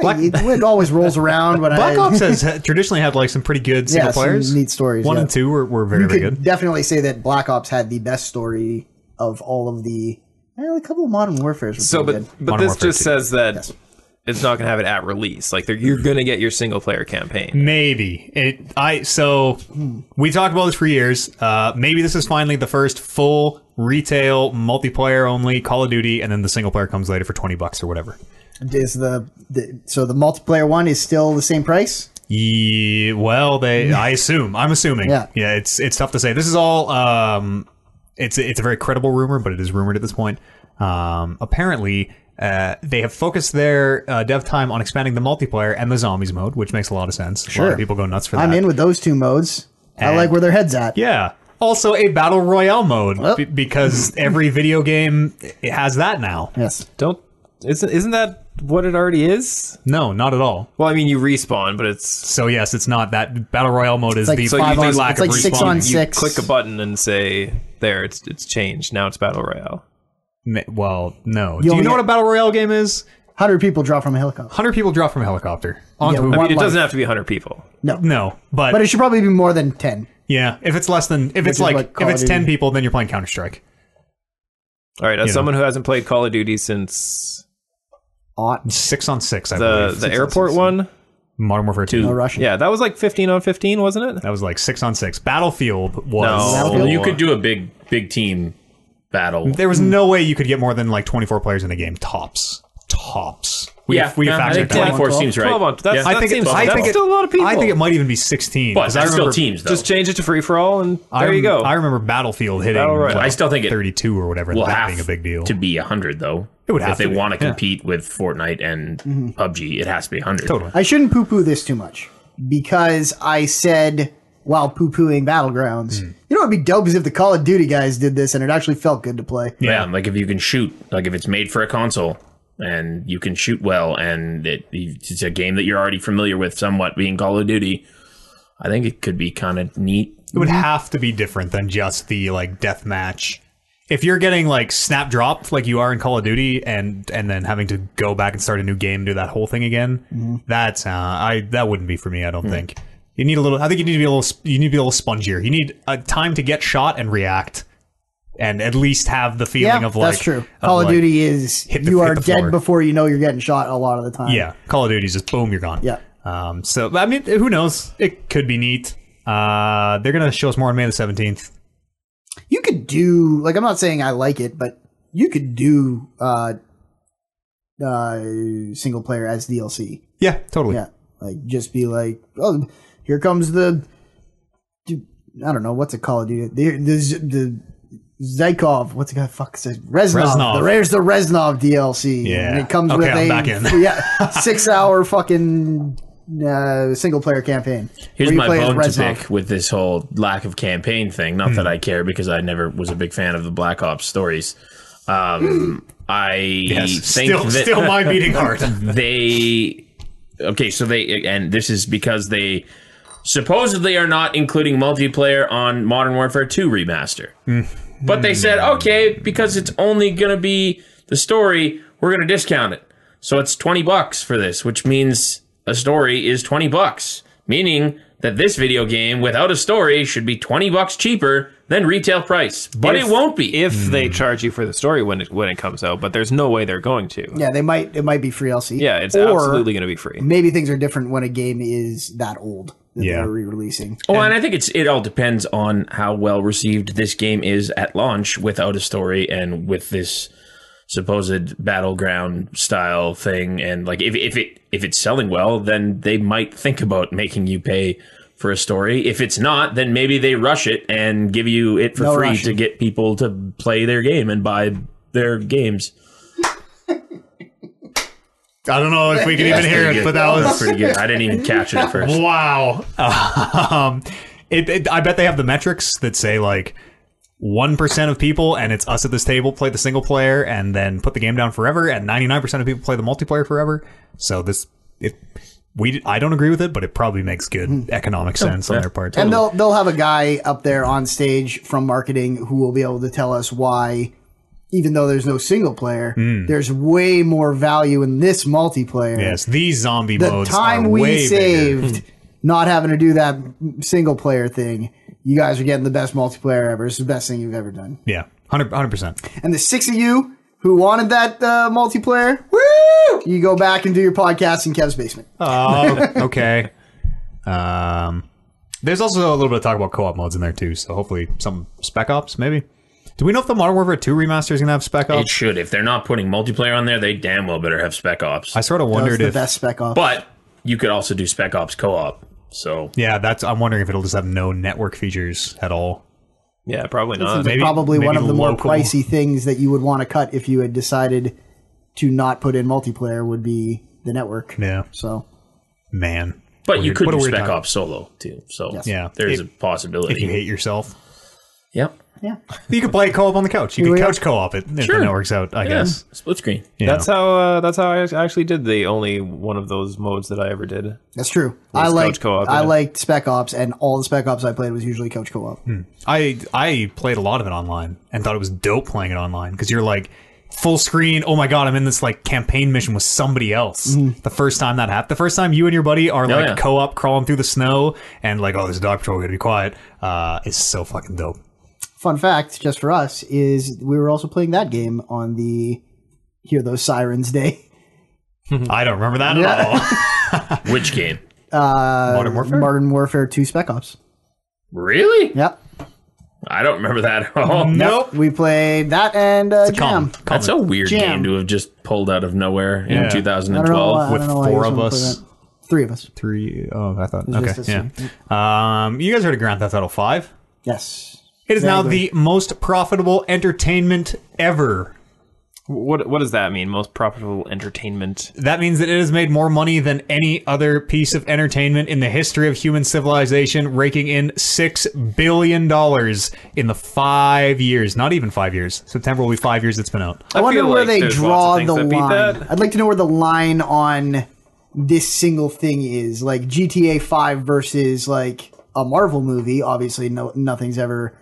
A: Black-
B: it, it always rolls around when
A: *laughs* Black
B: I,
A: Ops has ha- traditionally had like some pretty good
B: *laughs*
A: single
B: Yeah, some
A: players.
B: neat stories,
A: One
B: yeah.
A: and two were, were very,
B: you
A: very
B: could
A: good.
B: definitely say that Black Ops had the best story of all of the. Well, a couple of Modern Warfare's were
D: So,
B: pretty
D: but
B: good.
D: but
A: Modern
D: this
A: Warfare
D: just
A: 2.
D: says that it's not going to have it at release. Like they're- you're going to get your single player campaign.
A: Maybe it. I so we talked about this for years. Uh, maybe this is finally the first full retail multiplayer only Call of Duty, and then the single player comes later for twenty bucks or whatever.
B: Is the, the so the multiplayer one is still the same price?
A: Ye
B: *laughs*
A: well, they. I assume. I'm assuming.
B: Yeah.
A: Yeah. It's it's tough to say. This is all. Um, it's it's a very credible rumor, but it is rumored at this point. Um, apparently. Uh, they have focused their uh, dev time on expanding the multiplayer and the zombies mode, which makes a lot of sense. A lot
B: Sure.
A: of people go nuts for that.
B: I'm in with those two modes. I
A: And-
B: like where their heads at.
A: Yeah. Also, a battle royale mode
B: *laughs*
A: b- because every video game it has that now.
B: Yes.
D: Don't isn't isn't that what it already is?
A: No, not at all.
D: Well, I mean, you respawn, but it's
A: So yes, it's not that battle royale mode is
B: like
A: the
B: So
D: you
A: complete
D: think-
A: lack
B: it's
A: of
B: like six
A: respawning.
B: on
D: you
B: Six.
D: click a button and say there it's it's changed. Now it's battle royale.
A: Ma- Well, no. Do you
B: only
A: know what a
B: get-
A: battle royale game is?
B: Hundred people drop from a helicopter.
A: Hundred people drop from a helicopter.
B: Yeah,
A: Onto a-
B: one-
D: It
B: Like-
D: doesn't have to be hundred people.
A: no, but,
B: But it should probably be more than ten.
A: yeah, if it's less than if it's
B: is what
A: like if
B: Call of
A: it's ten
B: Duty-
A: people, then you're playing Counter Strike.
D: All right, as
A: know.
D: someone who hasn't played Call of Duty since
B: Ought.
A: Six on six, I
D: the
A: believe.
D: the airport one,
A: Modern Warfare
B: *laughs*
A: 2.
B: No Russian.
D: Yeah, that was like 15 on 15, wasn't it?
A: That was like 6 on 6. Battlefield was.
D: No.
C: You could do a big big team battle.
A: There was no way you could get more than like 24 players in a game. Tops. Tops. We,
C: yeah,
A: we
C: yeah, I
A: fact
C: think
A: checked that.
C: 24
B: 12,
C: seems right.
D: 12 on. That's,
C: yeah.
D: that
A: I think,
D: seems,
A: it, I
D: that's
A: think it-
D: still a lot of people.
A: I think it might even be 16.
C: but
A: 'cause
C: that's
A: I remember,
C: still teams though.
D: Just change it to free for all, and there
A: I
D: you
A: rem-
D: go.
A: I remember Battlefield hitting.
D: Battle Royale.
A: like,
C: I still think it
A: 32 or whatever. and
C: will
A: that
C: have
A: being a big deal.
C: to be 100 though.
A: It would have
C: if they
A: to be,
C: want to
A: yeah.
C: compete with Fortnite and
B: Mm-hmm.
C: PUBG, it has to be 100.
A: Totally.
B: I shouldn't poo poo this too much because I said while poo pooing Battlegrounds,
A: Hmm.
B: you know what would be dope is if the Call of Duty guys did this and it actually felt good to play.
C: Yeah. like if you can shoot, like if it's made for a console and you can shoot well, and it, it's a game that you're already familiar with, somewhat being Call of Duty. I think it could be kind of neat.
A: It
B: Mm-hmm.
A: would have to be different than just the like deathmatch. If you're getting like snap dropped like you are in Call of Duty and and then having to go back and start a new game and do that whole thing again,
B: Mm-hmm.
A: that's uh, I that wouldn't be for me. I
B: Mm.
A: don't think you need a little. I think you need to be a little. sp- You need to be a little spongier. You need a time to get shot and react, and at least have the feeling
B: Yeah,
A: of like
B: that's true.
A: of,
B: Call of
A: like-
B: Duty is
A: the-
B: you
A: hit
B: are
A: the
B: dead
A: floor.
B: before you know you're getting shot a lot of the time.
A: Yeah, Call of Duty's just boom, you're gone.
B: Yeah.
A: Um. So I mean, who knows? It could be neat. Uh, they're gonna show us more on May the seventeenth.
B: you could do like I'm not saying I like it, but you could do uh, uh, single player as DLC.
A: Yeah, totally.
B: Yeah, like just be like, oh, here comes the, I don't know what's it called, dude. The the Z- the Zykov, what's it called? Fuck, says Reznov.
A: Reznov.
B: The, there's the Reznov DLC.
A: Yeah.
B: and it comes
A: Okay,
B: with
A: I'm
B: a
A: back in. *laughs*
B: yeah six hour fucking uh, single player campaign.
C: Here's
B: where you
C: my
B: play as
C: bone to
B: Reznov.
C: pick with this whole lack of campaign thing. Not
A: Hmm.
C: that I care because I never was a big fan of the Black Ops stories.
A: *gasps*
C: Um, I
A: Yes.
C: think
A: Still,
C: that
A: still my beating heart.
B: *laughs*
C: they okay so they and this is because they supposedly are not including multiplayer on modern warfare 2 remaster but they said okay because it's only gonna be the story we're gonna discount it so it's 20 bucks for this which means a story is 20 bucks meaning that this video game without a story should be 20 bucks cheaper than retail price but
D: If-
C: it won't be
D: if
A: Hmm.
D: they charge you for the story when it, when it comes out, but there's no way they're going to. Yeah,
B: Yeah, they might it might be free DLC.
D: it's
B: Or
D: absolutely going to be free.
B: Maybe things are different when a game is that old that
A: Yeah.
B: they're re-releasing.
C: Well, and I think it's it all depends on how well received this game is at launch without a story and with this supposed battleground style thing and like if if it if it's selling well, then they might think about making you pay for a story. If it's not, then maybe they rush it and give you it for
B: No
C: free
B: rushing.
C: to get people to play their game and buy their games.
A: I don't know if we can even hear
C: Pretty
A: it,
C: good.
A: but that was
C: pretty good. I didn't even
A: *laughs*
C: catch it at first.
A: wow. Um, it, it, I bet they have the metrics that say like one percent of people, and it's us at this table, play the single player and then put the game down forever, and ninety nine percent of people play the multiplayer forever. So this, it, we, I don't agree with it, but it probably makes good economic sense on their part.
B: Hmm. And they'll they'll have a guy up there on stage from marketing who will be able to tell us why, even though there's no single player,
A: Hmm.
B: there's way more value in this multiplayer.
A: Yes, these zombie
B: the
A: modes are
B: time we
A: way bigger.
B: saved not having to do that single player thing. You guys are getting the best multiplayer ever. It's the best thing you've ever done.
A: Yeah, hundred percent.
B: And the six of you who wanted that uh, multiplayer, woo! You go back and do your podcast in Kev's basement.
A: Oh, *laughs* okay. Um, there's also a little bit of talk about co-op modes in there too. So hopefully some spec ops, maybe. Do we know if the Modern Warfare 2 remaster is gonna have spec
C: It
A: ops?
C: should. If they're not putting multiplayer on there, they damn well better have spec ops.
A: I sort of
B: That's
A: wondered
B: the
A: if.
B: best spec off.
C: But you could also do Spec Ops co-op. So
A: Yeah, that's. I'm wondering if it'll just have no network features at all.
D: Yeah, probably not.
A: Uh, Maybe-
B: probably
A: maybe
B: one of the more
A: local-
B: pricey things that you would want to cut if you had decided to not put in multiplayer would be the network.
A: Yeah,
B: So
A: man.
C: But you
A: Weird.
C: could
A: What a
C: do
A: weird
C: Spec
A: time.
C: Ops solo too. So
A: Yeah.
C: there's
A: If-
C: a possibility.
A: If you hate yourself,
C: yep.
B: yeah,
A: you could play co-op on the couch. You
B: Here
A: could
B: we are.
A: couch co-op it if
C: Sure.
A: the network's out. I guess.
C: Yeah. Split screen.
A: You
D: That's
A: know.
D: how uh, that's how I act- actually did the only one of those modes that I ever did.
B: that's true. I
D: coach
B: like
D: co-op,
B: I
D: yeah.
B: liked Spec Ops, and all the Spec Ops I played was usually Coach Co-op.
A: Hmm. I I played a lot of it online and thought it was dope playing it online because you're like full screen. Oh my god, I'm in this like campaign mission with somebody else.
B: Mm-hmm.
A: The first time that happened, the first time you and your buddy
B: Oh,
A: are like
C: yeah.
A: co-op crawling through the snow and like, oh, there's a dog patrol. We gotta be quiet. Uh, it's so fucking dope.
B: Fun fact, just for us, is we were also playing that game on the Hear Those Sirens Day. Mm-hmm. *laughs*
A: I don't remember that at all.
C: Which game?
B: Uh,
A: Modern Warfare.
B: Modern Warfare 2 Spec Ops.
C: Really?
B: Yep.
C: I don't remember that at all.
A: Nope.
B: We played that and uh, Jam.
A: Calm. Calm
C: That's
A: it.
C: a weird
B: Jam.
C: game to have just pulled out of nowhere
A: Yeah.
C: in
B: I don't know.
C: 2012.
B: why- I
A: with
B: don't know why you
A: four of
B: shouldn't play
A: us.
B: that. Three of us.
A: three oh I thought.
B: was
A: Okay.
B: just
A: Yeah.
B: this
A: Um, you guys heard of Grand Theft Auto Five?
B: Yes.
A: It is
B: Very
A: now
B: good.
A: the most profitable entertainment ever.
D: What what does that mean? Most profitable entertainment.
A: That means that it has made more money than any other piece of entertainment in the history of human civilization, raking in six billion dollars in the five years. Not even five years. September will be five years it's been out.
B: I, wonder
D: feel
B: where
D: like
B: they
D: there's
B: draw
D: lots of
B: the
D: things that beat
B: line.
D: that.
B: I'd like to know where the line on this single thing is. Like GTA 5 versus like a Marvel movie. Obviously, no, nothing's ever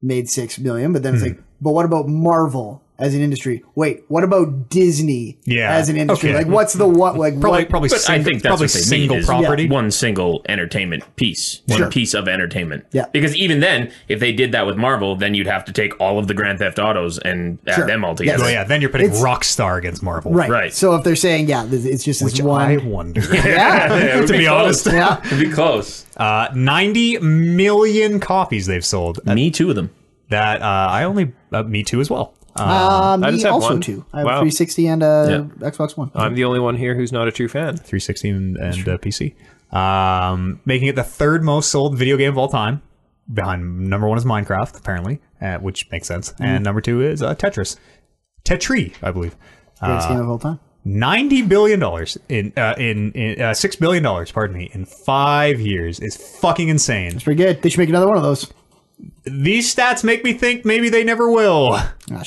B: made 6 million, but then
D: Hmm.
B: it's like, but what about Marvel? As an industry, wait. What about Disney?
A: Yeah.
B: As an industry,
A: Okay.
B: like what's the what?
D: *laughs*
B: Like
A: Probably,
B: what,
A: probably,
C: But I
A: single,
C: think that's
A: probably
C: what they
A: single
C: need is
A: property.
C: one single entertainment piece, one
B: Sure.
C: piece of entertainment.
B: Yeah.
C: Because even then, if they did that with Marvel, then you'd have to take all of the Grand Theft Autos and
B: Sure.
C: add them all together.
A: Oh yeah, then you're putting
B: It's-
A: Rockstar against Marvel,
B: right.
C: right.
B: So if they're saying, yeah, th- it's just this
A: Which I
B: one.
C: *laughs*
A: wonder. *laughs*
B: yeah.
C: it would
A: to be honest,
C: close.
B: yeah.
C: It'd be close.
A: Oh, uh, 90 million copies they've sold.
C: Me, two of them.
A: That uh, I only uh, me too as well. Uh,
B: Um,
D: I
B: me
D: just have
B: also
D: one.
B: two. I have
D: Wow.
B: 360 and a Xbox One.
D: I'm the only one here who's not a true fan.
A: 360 and, and uh, PC, um, making it the third most sold video game of all time. Behind number one is Minecraft, apparently, uh, which makes sense,
D: Mm-hmm.
A: and number two is uh, Tetris, Tetri, I believe.
B: Greatest
D: uh,
B: game of all time.
A: Ninety billion dollars in uh, in, in uh, six billion dollars, pardon me, in five years is fucking insane.
B: It's pretty good. They should make another one of those.
A: These stats make me think maybe they never will.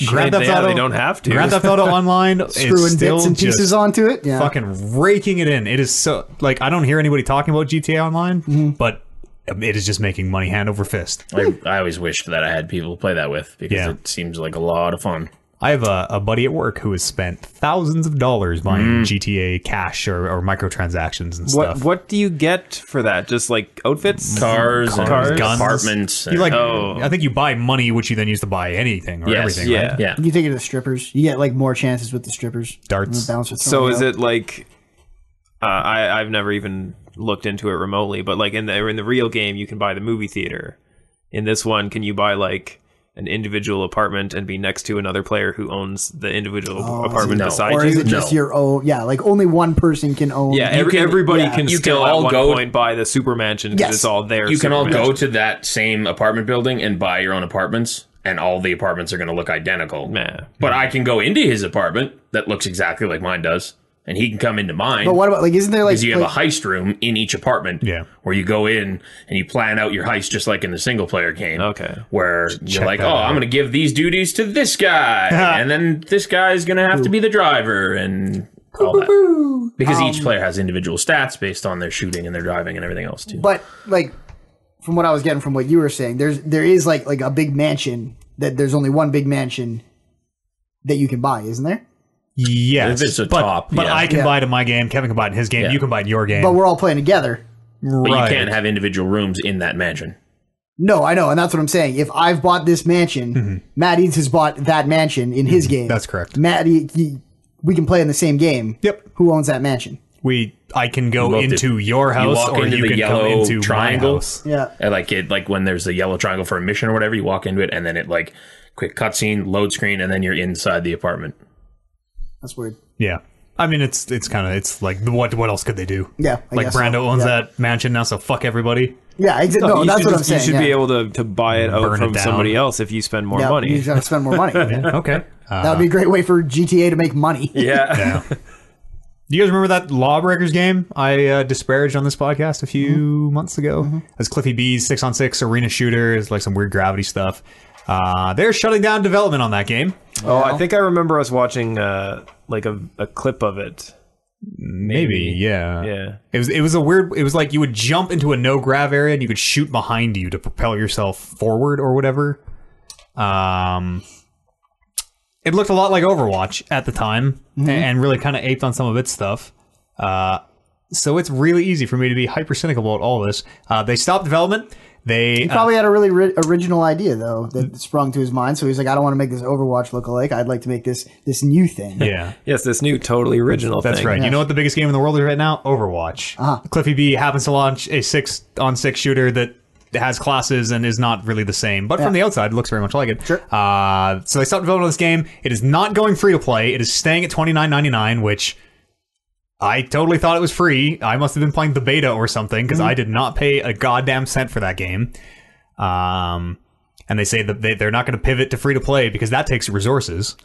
A: Grand
D: They- Ah, yeah, they don't have to.
A: Grand Theft Auto
D: *laughs*
A: Online is
B: Screwing
A: still
B: bits and
A: just
B: pieces onto it. Yeah.
A: fucking raking it in. It is so like I don't hear anybody talking about GTA Online, but um, it is just making money hand over fist.
C: I, I always wished that I had people to play that with because
A: Yeah.
C: it seems like a lot of fun.
A: I have a, a buddy at work who has spent thousands of dollars buying
C: Mm.
A: GTA cash or, or microtransactions and
D: What
A: stuff.
D: what do you get for that? Just like outfits,
C: Cars, and
D: Cars.
C: guns.
D: Guns.
C: apartments.
A: You
C: and-
A: like?
D: Oh.
A: I think you buy money, which you then use to buy anything or
C: Yes,
A: everything.
D: yeah.
A: right?
C: yeah.
B: You take it to the strippers. You get like more chances with the strippers.
A: Darts.
B: The bouncers
D: So
B: throwing
D: is
B: out.
D: it like uh, I I've never even looked into it remotely, but like in the in the real game you can buy the movie theater. In this one, can you buy like an individual apartment and be next to another player who owns the individual apartment
C: No.
D: beside
B: Oh, Or
D: you?
B: is it just
C: No.
B: your own? Yeah, like only one person can own.
D: yeah, every,
C: can-
D: everybody
B: yeah.
D: can
C: You can
D: still
C: all
D: at one
C: go-
D: point buy the super mansion because
B: Yes.
D: it's all there.
C: You can all go to that same apartment building and buy your own apartments, and all the apartments are going to look identical.
D: Man,
C: But I can go into his apartment that looks exactly like mine does, and he can come into mine.
B: But what about like? Isn't there like?
C: because you have
B: like-
C: a heist room in each apartment
A: Yeah.
C: where you go in and you plan out your heist just like in the single player game.
D: Okay.
C: Where you're like, oh,
A: that out.
C: I'm going to give these duties to this
A: *laughs*
C: guy. and then this guy's going to have to be the driver and all that. Because
B: Um,
C: each player has individual stats based on their shooting and their driving and everything else, too.
B: but like, from what I was getting from what you were saying, there's there is like like a big mansion that there's only one big mansion that you can buy, isn't there?
A: Yes,
C: If it's a
A: but,
C: top,
A: but
C: yeah.
A: I can
B: Yeah.
A: buy it in my game. Kevin can buy it in his game.
C: Yeah.
A: You can buy it in your game.
B: But we're all playing together.
C: But
A: Right.
C: you can't have individual rooms in that mansion.
B: No, I know, and that's what I'm saying. If I've bought this mansion, Matt Eads has bought that mansion in his game.
A: Mm-hmm. that's correct.
B: Matt, E- he- we can play in the same game.
A: Yep.
B: Who owns that mansion?
A: we I can go
C: both do.
A: into your house
C: walk
A: or
C: into
A: you
C: the
A: can come
C: yellow
A: into
C: triangle.
A: my house.
B: Yeah.
C: And, Uh, like it, like when there's the yellow triangle for a mission or whatever, you walk into it and then it like quick cutscene, load screen, and then you're inside the apartment.
B: That's weird.
A: Yeah. I mean, it's it's kind of it's like what what else could they do?
B: Yeah, I
A: like
B: guess so.
A: Brando owns
B: Yeah.
A: that mansion now, so fuck everybody.
B: Yeah, exa- no,
D: you
B: that's
D: should
B: what I'm
D: just-
B: saying.
D: You should
B: yeah.
D: be able to, to buy it out
A: Burn it
D: from
A: down.
D: somebody else if you spend more
B: yeah, You
D: money.
B: just gotta spend more
A: *laughs*
B: money. that
A: *laughs* Okay. Uh,
B: would be a great way for GTA to make money.
D: Yeah.
B: *laughs*
A: do you guys remember that Lawbreakers game I uh, disparaged on this podcast a few
B: Mm-hmm.
A: months ago? As Cliffy B's six on six arena shooter is like some weird gravity stuff. Uh, they're shutting down development on that game.
D: Oh, I think I remember us watching uh, like a, a clip of it.
A: Maybe, yeah.
D: Yeah.
A: It was it was a weird. It was like you would jump into a no grav area and you could shoot behind you to propel yourself forward or whatever. Um, it looked a lot like Overwatch at the time, and really kind of aped on some of its stuff. Uh, so it's really easy for me to be hyper cynical about all this. Uh, they stopped development. They
B: He probably had a really ri- original idea though that sprung to his mind. So he's like, I don't want to make this Overwatch look alike. I'd like to make this this new thing.
A: uh, yeah.
D: Yes, this new totally original
A: That's
D: thing.
A: right. You know what the biggest game in the world is right now? Overwatch. Cliffy B happens to launch a six on six shooter that has classes and is not really the same, but from the outside looks very much like it.
B: Sure.
A: Uh, so they stopped development of this game. It is not going free to play. It is staying at twenty nine ninety nine, which I totally thought it was free. I must have been playing the beta or something because I did not pay a goddamn cent for that game. Um, and they say that they, they're not going to pivot to free to play because that takes resources.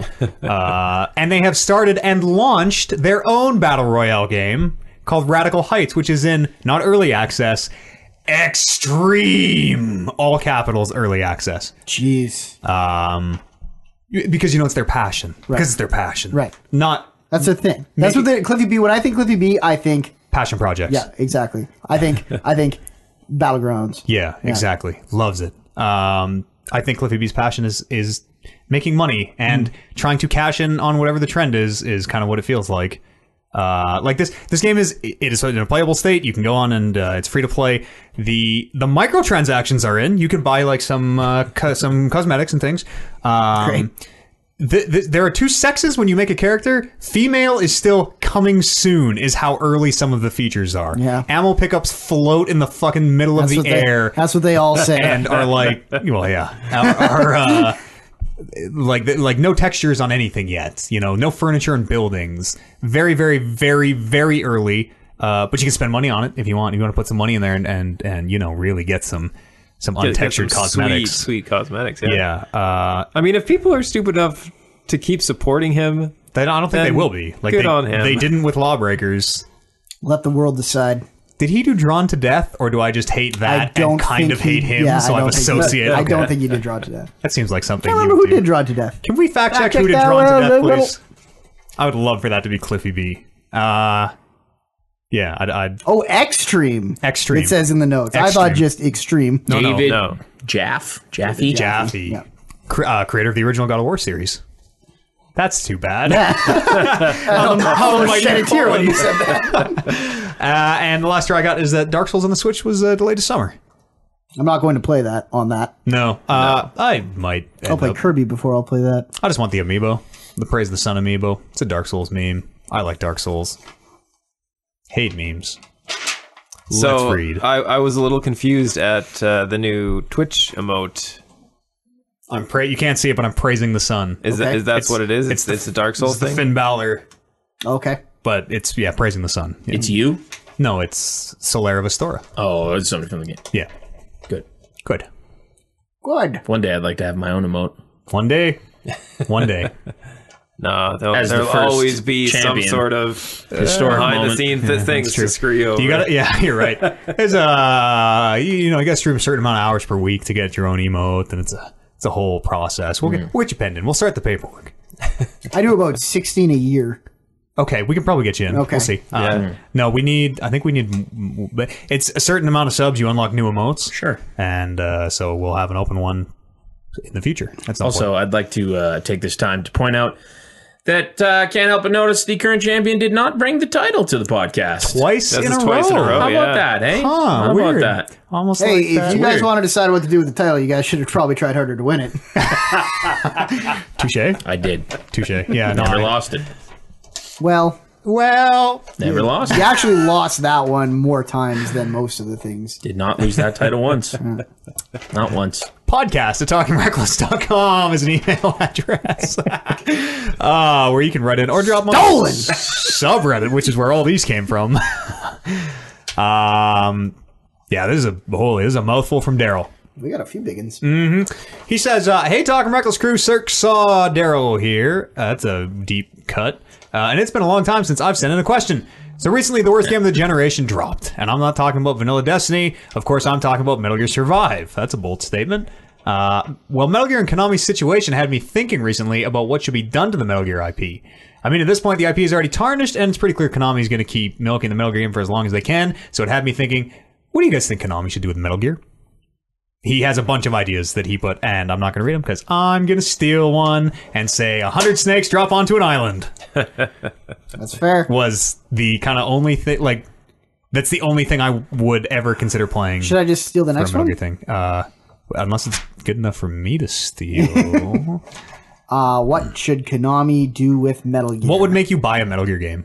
A: uh, and they have started and launched their own battle royale game called Radical Heights, which is in not early access, extreme all capitals early access. Um,
B: Jeez,
A: Uh, Because you know it's their passion. Because it's their passion.
B: Right.
A: Not
B: that's the thing. That's what they, Cliffy B. When I think Cliffy B, I think
A: passion projects.
B: yeah, exactly. I
A: *laughs*
B: think I think battlegrounds.
A: Yeah, exactly. Loves it. Um, I think Cliffy B's passion is is making money
B: Mm.
A: and trying to cash in on whatever the trend is is kind of what it feels like. Uh, like this this game is it is in a playable state. You can go on and uh, it's free to play. The the microtransactions are in. You can buy like some uh, co- some cosmetics and things. Um,
B: Great.
A: th- th- there are two sexes when you make a character. Female is still coming soon, is how early some of the features are.
B: Yeah.
A: Ammo pickups float in the fucking middle
B: That's
A: of
B: what
A: the
B: they,
A: air
B: That's what they all say.
A: *laughs* and
B: *laughs*
A: are like, well, yeah, are, are, uh, like like no textures on anything yet. You know, no furniture and buildings. Very, very, very, very early. Uh, but you can spend money on it if you want. If you want to put some money in there and and, and you know really get some some
D: Get- get
A: untextured
D: some
A: cosmetics.
D: Sweet, sweet cosmetics. Yeah.
A: Yeah, uh,
D: I mean, if people are stupid enough to keep supporting him,
A: they, I don't think they
D: Then
A: will be. Like
D: good
A: they,
D: on him.
A: they didn't with Lawbreakers.
B: Let the world decide.
A: Did he do Drawn to Death, or do I just hate
B: I
A: that
B: don't
A: and kind
B: think
A: of hate
B: he-
A: him?
B: yeah,
A: so
B: I
A: I'm
B: don't think-
A: associated.
B: I
A: Okay.
B: don't think you did draw to
A: *laughs*
B: death.
A: that seems like something.
B: I
A: he
B: remember
A: would
B: who
A: do.
B: did draw to death.
A: Can we fact check
B: Fact
A: who
B: check
A: did
B: that
A: Drawn to
B: one,
A: Death,
B: that
A: please? I would love for that to be Cliffy B. Uh, yeah, I'd, I'd
B: Oh, extreme.
A: Extreme.
B: It says in the notes. I
A: Extreme.
B: thought just extreme.
A: no, no,
C: David
D: no.
C: Jaff, Jaffe,
A: Jaffe,
B: yeah.
A: cr- uh, creator of the original God of War series. That's
B: *laughs*
A: too bad. *laughs*
B: Oh,
A: Um, How am I
B: almost shed a tear when you said that.
A: Uh, and the last story I got is that Dark Souls on the Switch was uh, delayed to summer.
B: I'm not going to play that on that.
A: No, uh, I might.
B: I'll
A: end
B: play
A: up-
B: Kirby before I'll play that.
A: I just want the amiibo, the Praise of the Sun amiibo. It's a Dark Souls meme. I like Dark Souls. Hate memes.
D: so
A: Let's read.
D: I, I was a little confused at uh, the new Twitch emote.
A: I'm pra- You can't see it, but I'm praising the sun.
D: Is that
B: Okay.
D: is that
A: It's-
D: what it is?
A: it's
D: It's
A: the-
D: it's a Dark Souls
A: It's the
D: thing.
A: Finn Balor,
B: Okay.
A: but it's yeah, praising the sun. Yeah.
C: It's you.
A: no, it's Solera Vistora.
C: Oh, it's something from the game.
A: Yeah,
C: Good.
A: good.
B: Good.
C: One day I'd like to have my own emote.
A: One day, one
D: *laughs*
A: day.
D: no, there'll,
C: As the
D: there'll
C: first
D: always be
C: champion.
D: some sort of uh,
C: Historic
D: behind the
C: moment.
A: *laughs*
D: scenes things to screw you over.
A: You got to Yeah, you're right. There's a you, you know you got to stream a certain amount of hours per week to get your own emote, and it's a it's a whole process. We'll
D: Mm.
A: get we'll get you pinned in. We'll start the paperwork.
B: I do about 16 a year.
A: Okay, we can probably get you in.
B: Okay.
A: We'll see. Uh, no, we need. I think we need. m- m- but It's a certain amount of subs. You unlock new emotes.
C: Sure.
A: And uh, so we'll have an open one in the future. That's also
C: Also, I'd like to uh, take this time to point out that uh, can't help but notice the current champion did not bring the title to the podcast.
A: twice,
D: This
A: in,
D: is
A: a
D: twice in a row.
C: How
D: yeah.
C: about that? Hey,
A: Huh,
C: how
A: weird.
C: about that?
A: Almost
B: Hey,
A: like
B: if
A: that.
B: you guys want to decide what to do with the title, you guys should have probably tried harder to win it.
A: touche,
C: I did.
A: touche. Yeah,
C: *laughs*
A: no,
C: Never
A: I-
C: lost it.
B: Well,
A: Well,
C: Never lost.
B: you
C: it.
B: actually lost that one more times than most of the things.
C: Did not lose that title once. not once.
A: podcast at talkingreckless.com is an email *laughs* address uh, where you can write in or drop my
B: Stolen!
A: subreddit, which is where all these came from. *laughs* um, yeah, this is a holy, this is a mouthful from Daryl.
B: We got a few big ones.
A: Mm. He says, uh, "Hey, talking reckless crew, Cirque saw Daryl here. Uh, that's a deep cut, uh, and it's been a long time since I've sent in a question. So recently, the worst game of the generation dropped, and I'm not talking about Vanilla Destiny. Of course, I'm talking about Metal Gear Survive. That's a bold statement." Uh, well, Metal Gear and Konami's situation had me thinking recently about what should be done to the Metal Gear IP. I mean, at this point, the IP is already tarnished, and it's pretty clear Konami's going to keep milking the Metal Gear game for as long as they can. So it had me thinking, what do you guys think Konami should do with Metal Gear? he has a bunch of ideas that he put, and I'm not going to read them because I'm going to steal one and say a hundred snakes drop onto an island
B: That's fair.
A: was the kind of only thing like That's the only thing I would ever consider playing.
B: Should I just steal the next
A: for a
B: one?
A: Metal Gear thing? Uh, unless it's good enough for me
B: *laughs*
A: to steal.
B: Uh, what should Konami do with Metal Gear?
A: what would make you buy a Metal Gear game?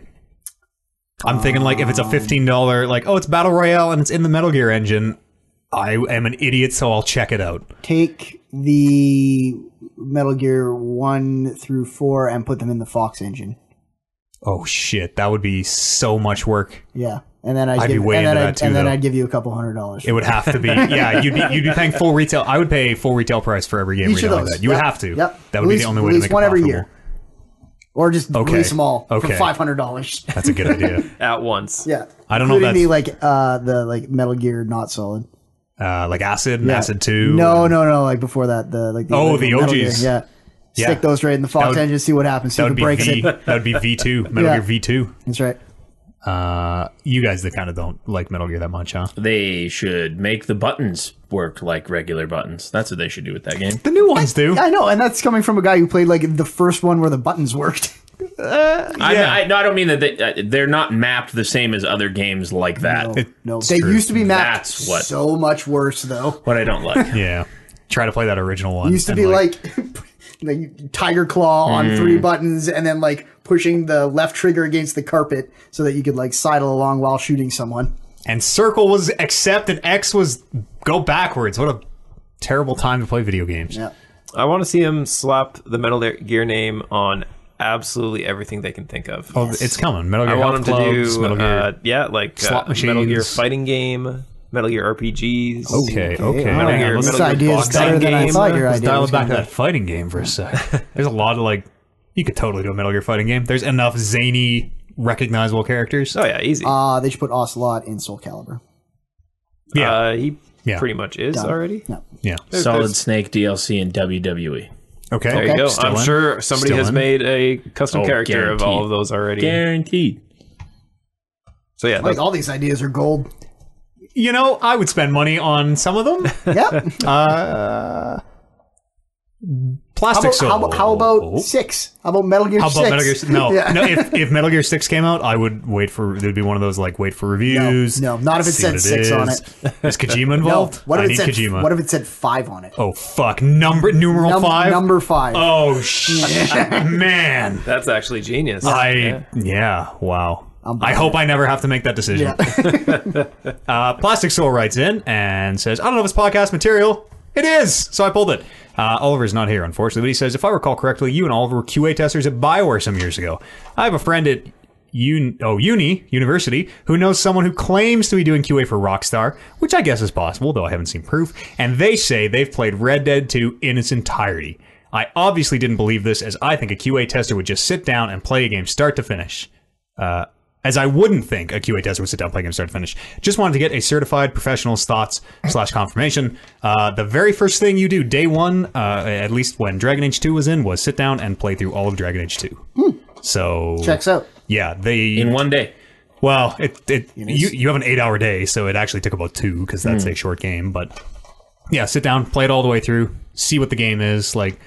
A: I'm thinking like if it's a fifteen dollar, like oh, it's battle royale and it's in the Metal Gear engine. I am an idiot, so I'll check it out.
B: take the Metal Gear one through four and put them in the Fox engine?
A: Oh shit, that would be so much work.
B: Yeah, and then I'd,
A: I'd be
B: give, and
A: way into
B: then
A: that
B: I'd,
A: too,
B: and then
A: though.
B: I'd give you a couple hundred dollars.
A: It would
B: *laughs*
A: have to be yeah. You'd be you'd be paying full retail. I would pay full retail price for every game
B: Each of
A: redone like
B: those.
A: that. You
B: Yep.
A: would have to.
B: Yep.
A: That would be
B: Release-
A: the only way to
B: release
A: make
B: one
A: it
B: every
A: profitable.
B: year. or just
A: Okay.
B: release them all
A: Okay.
B: for five hundred dollars. *laughs*
A: That's a good idea.
D: at once.
B: yeah,
A: I don't know if
B: Including the like uh, the like Metal Gear not solid.
A: Uh, like acid, and
B: Yeah.
A: acid two.
B: No, no, no. Like before that, the like the
A: Oh,
B: original
A: the
B: Metal Gear,
A: OGs.
B: Yeah.
A: Yeah.
B: Stick those right in the Fox
A: would-
B: engine, see what happens. See
A: that
B: if it
A: would be
B: breaks
A: V.
B: it.
A: That would be V two. Metal
B: Yeah.
A: Gear V two.
B: That's right.
A: Uh, you guys that kind of don't like Metal Gear that much, huh?
C: They should make the buttons work like regular buttons. That's what they should do with that game.
A: The new ones do.
B: I know, and that's coming from a guy who played like the first one where the buttons
A: *laughs*
B: worked.
A: Yeah.
C: I, I, no, I don't mean that they, uh, they're not mapped the same as other games like that.
B: No,
A: It's
B: no. they
A: true.
B: used to be mapped
C: That's what-
B: so much worse though.
C: What I
A: *laughs*
C: don't like.
A: Yeah. Try to play that original one.
B: used to
A: and, Mm.
B: be like, *laughs* like tiger claw on three buttons, and then like pushing the left trigger against the carpet so that you could like sidle along while shooting someone.
A: and circle was accept and X was go backwards. What a terrible time to play video games.
B: Yeah.
D: I want to see him slap the Metal Gear name on absolutely everything they can think of.
A: Oh, it's coming. Metal
D: I
A: Gear
D: want
A: Health
D: him to
A: Clubs,
D: do
A: Metal Gear.
D: uh, yeah, like
A: slot
D: uh, Metal Gear
A: machines.
D: fighting game, Metal Gear RPGs.
B: Oh.
A: okay, okay.
B: all
A: Metal
B: right.
A: Gear,
D: Metal
B: this
A: let's
D: Gear
B: idea is
D: boxing
B: better than I
D: game.
B: thought your
A: let's
B: idea
A: dial
B: was
A: it back
B: going
A: to that fighting game for a *laughs* sec. There's a lot of like, you could totally do a Metal Gear fighting game. There's enough zany, recognizable characters.
D: Oh yeah, easy.
B: Uh, they should put Ocelot in Soul Calibur.
A: yeah,
D: uh, he
A: Yeah.
D: pretty much is already.
B: No.
A: yeah.
C: Solid
D: there's-
C: Snake DLC and WWE.
A: Okay,
D: There you go.
A: Still
D: I'm
A: in.
D: sure somebody
A: Still
D: has
A: in.
D: made a custom
C: Oh,
D: character of all of
C: guaranteed.
D: those already.
C: Guaranteed.
D: So yeah,
B: Like
D: that's-
B: all these ideas are gold.
A: You know, I would spend money on some of them.
B: Yep. How
A: *laughs* Plastic
B: about, how,
A: Soul.
B: about- how about six? How about Metal Gear
A: Oh. How
B: Six?
A: about Metal Gear? Six?
B: *laughs*
A: No,
B: Yeah.
A: no. If, if Metal Gear Six came out, I would wait for. There'd be one of those like wait for reviews.
B: no, not if it
A: see
B: said
A: what
B: six on
A: is. *laughs* Is
B: *laughs*
A: Kojima involved?
B: What
A: I
B: if
A: need
B: it said?
A: Kojima.
B: What if it said five on it?
A: oh fuck! Number numeral
B: Num-
A: five.
B: Number five. *laughs*
A: Oh shit, man!
D: that's actually genius.
A: I yeah. wow. I hope I never have to make that decision. uh, Plastic Soul writes in and says, "I don't know if it's podcast material. It is, so I pulled it." Uh, Oliver's not here, unfortunately, but he says, "If I recall correctly, you and Oliver were QA testers at Bioware some years ago. I have a friend at." Un- oh, uni, university, who knows someone who claims to be doing QA for Rockstar, which I guess is possible, though I haven't seen proof, and they say they've played Red Dead 2 in its entirety. I obviously didn't believe this, as I think a QA tester would just sit down and play a game start to finish. Uh, as I wouldn't think a QA tester would sit down, play a game start to finish. Just wanted to get a certified professional's thoughts slash confirmation. Uh, the very first thing you do day one, uh, at least when Dragon Age 2 was in, was sit down and play through all of Dragon Age 2. So
B: Checks out.
A: Yeah, they
C: In one day.
A: well, it it you you have an eight hour day, so it actually took about two because that's
D: Hmm.
A: a short game. But yeah, sit down, play it all the way through, see what the game is like.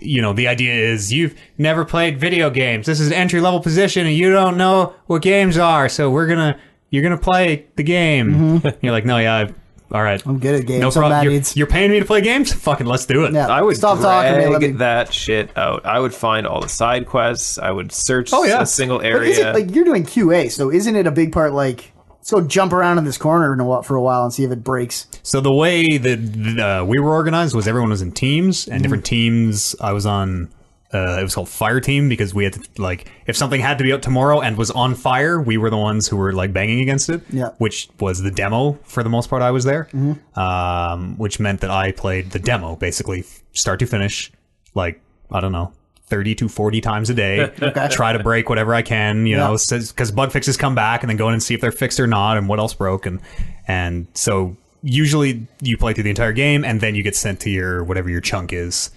A: You know, the idea is you've never played video games. This is an entry level position, and you don't know what games are. So we're gonna you're gonna play the game. You're like, no, yeah, I've, all right,
B: Mm-hmm. I'm good at games.
A: no
B: I'm bad
A: problem.
B: at
A: You're,
B: games.
A: you're paying me to play games. *laughs* Fucking let's do it.
B: Yeah.
D: I would
B: stop
D: drag
B: talking. Let me,
D: that shit out. I would find all the side quests. I would search
A: Oh, yeah.
D: a single
B: but
D: area.
B: is it like you're doing QA? So isn't it a big part like? Let's go jump around in this corner and what for a while and see if it breaks.
A: So the way that uh, we were organized was everyone was in teams, and different teams. I was on. Uh, it was called fire team because we had to like if something had to be out tomorrow and was on fire, we were the ones who were like banging against it.
B: Yeah.
A: which was the demo for the most part. I was there, um, which meant that I played the demo basically f- start to finish. Like I don't know. 30 to 40 times
B: *laughs*
A: a day. Try to break whatever I can, you
B: Yeah.
A: know, because bug fixes come back and then go in and see if they're fixed or not and what else broke and and so usually you play through the entire game and then you get sent to your whatever your chunk is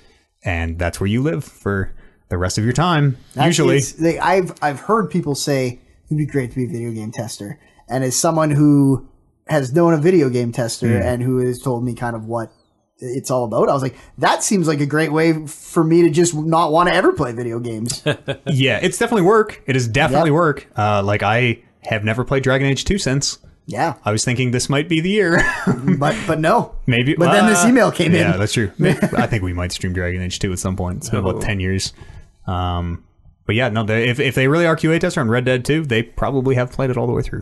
A: and that's where you live for the rest of your time
B: That
A: usually
B: is- they, I've I've heard people say it'd be great to be a video game tester, and as someone who has known a video game tester
A: Hmm.
B: and who has told me kind of what it's all about, I was like, that seems like a great way for me to just
A: *laughs*
B: not want to ever play video games.
A: yeah it's definitely work it is definitely
B: Yep.
A: work uh like i have never played Dragon Age 2 since.
B: Yeah,
A: I was thinking this might be the year. *laughs*
B: but but no.
A: Maybe-
B: But then this
A: Ah.
B: email came
A: yeah,
B: in.
A: that's true.
B: *laughs*
A: I think we might stream Dragon Age 2 at some point. It's been
B: Oh.
A: about 10 years. Um, but yeah, no, they, if, if they really are QA tester on Red Dead 2, they probably have played it all the way through.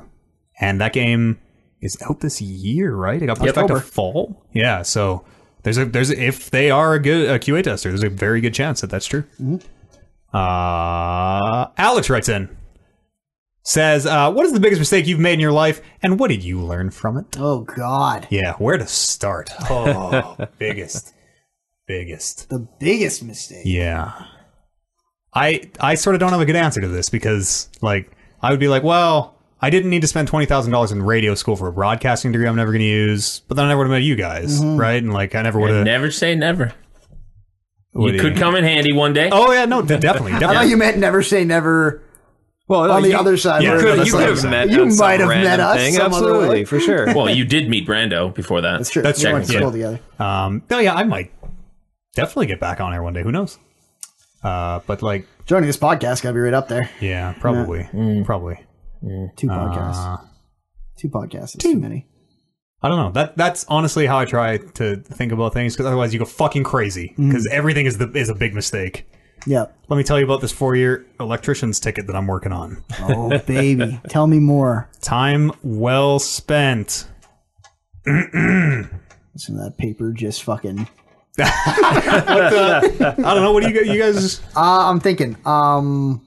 A: And that game is out this year, right? It got pushed back to
B: October.
A: fall. Yeah, so there's a there's a, if they are a good a QA tester, there's a very good chance that that's true.
B: Mm-hmm.
A: Uh, Alex writes in. Says, uh, what is the biggest mistake you've made in your life, and what did you learn from it?
B: Oh God,
A: Yeah, where
B: *laughs*
A: to start? Oh, biggest, biggest.
B: the biggest mistake.
A: Yeah, I I sort of don't have a good answer to this because like I would be like, well, I didn't need to spend twenty thousand dollars in radio school for a broadcasting degree I'm never going to use, but then I never would have met you guys,
B: Mm-hmm.
A: right? And like I never would have.
C: Never say never. You could come in handy one day.
A: Oh yeah, no, de-
B: *laughs*
A: definitely,
B: I thought
A: definitely.
B: you meant never say never
D: Well,
B: on the other side.
A: yeah,
B: where
A: you
B: it's
A: could-
B: like-
A: you could have
D: met
B: You
D: on some
B: might have
D: random
B: met us
D: thing.
B: some other
D: absolutely
B: way.
D: for sure.
C: Well, you did meet Brando before that.
B: That's true.
A: That's
B: We
A: true,
B: went to
A: yeah.
B: school together.
A: Um, no, yeah, I might definitely get back on air one day. Who knows? Uh, but like,
B: Joining this podcast got to be right up there.
A: yeah, probably,
B: Mm.
A: probably.
B: Two
A: Uh,
B: podcasts. two podcasts. Too many.
A: I don't know. That that's honestly how I try to think about things because otherwise you go fucking crazy
B: Mm.
A: because everything is the is a big mistake.
B: Yeah.
A: Let me tell you about this four year electrician's ticket that I'm working on.
B: Oh *laughs* baby, tell me more.
A: Time well spent.
B: Listen to that paper just fucking.
A: I don't know. What do you gu-
B: *laughs*
A: you guys?
B: Uh, I'm thinking. Um,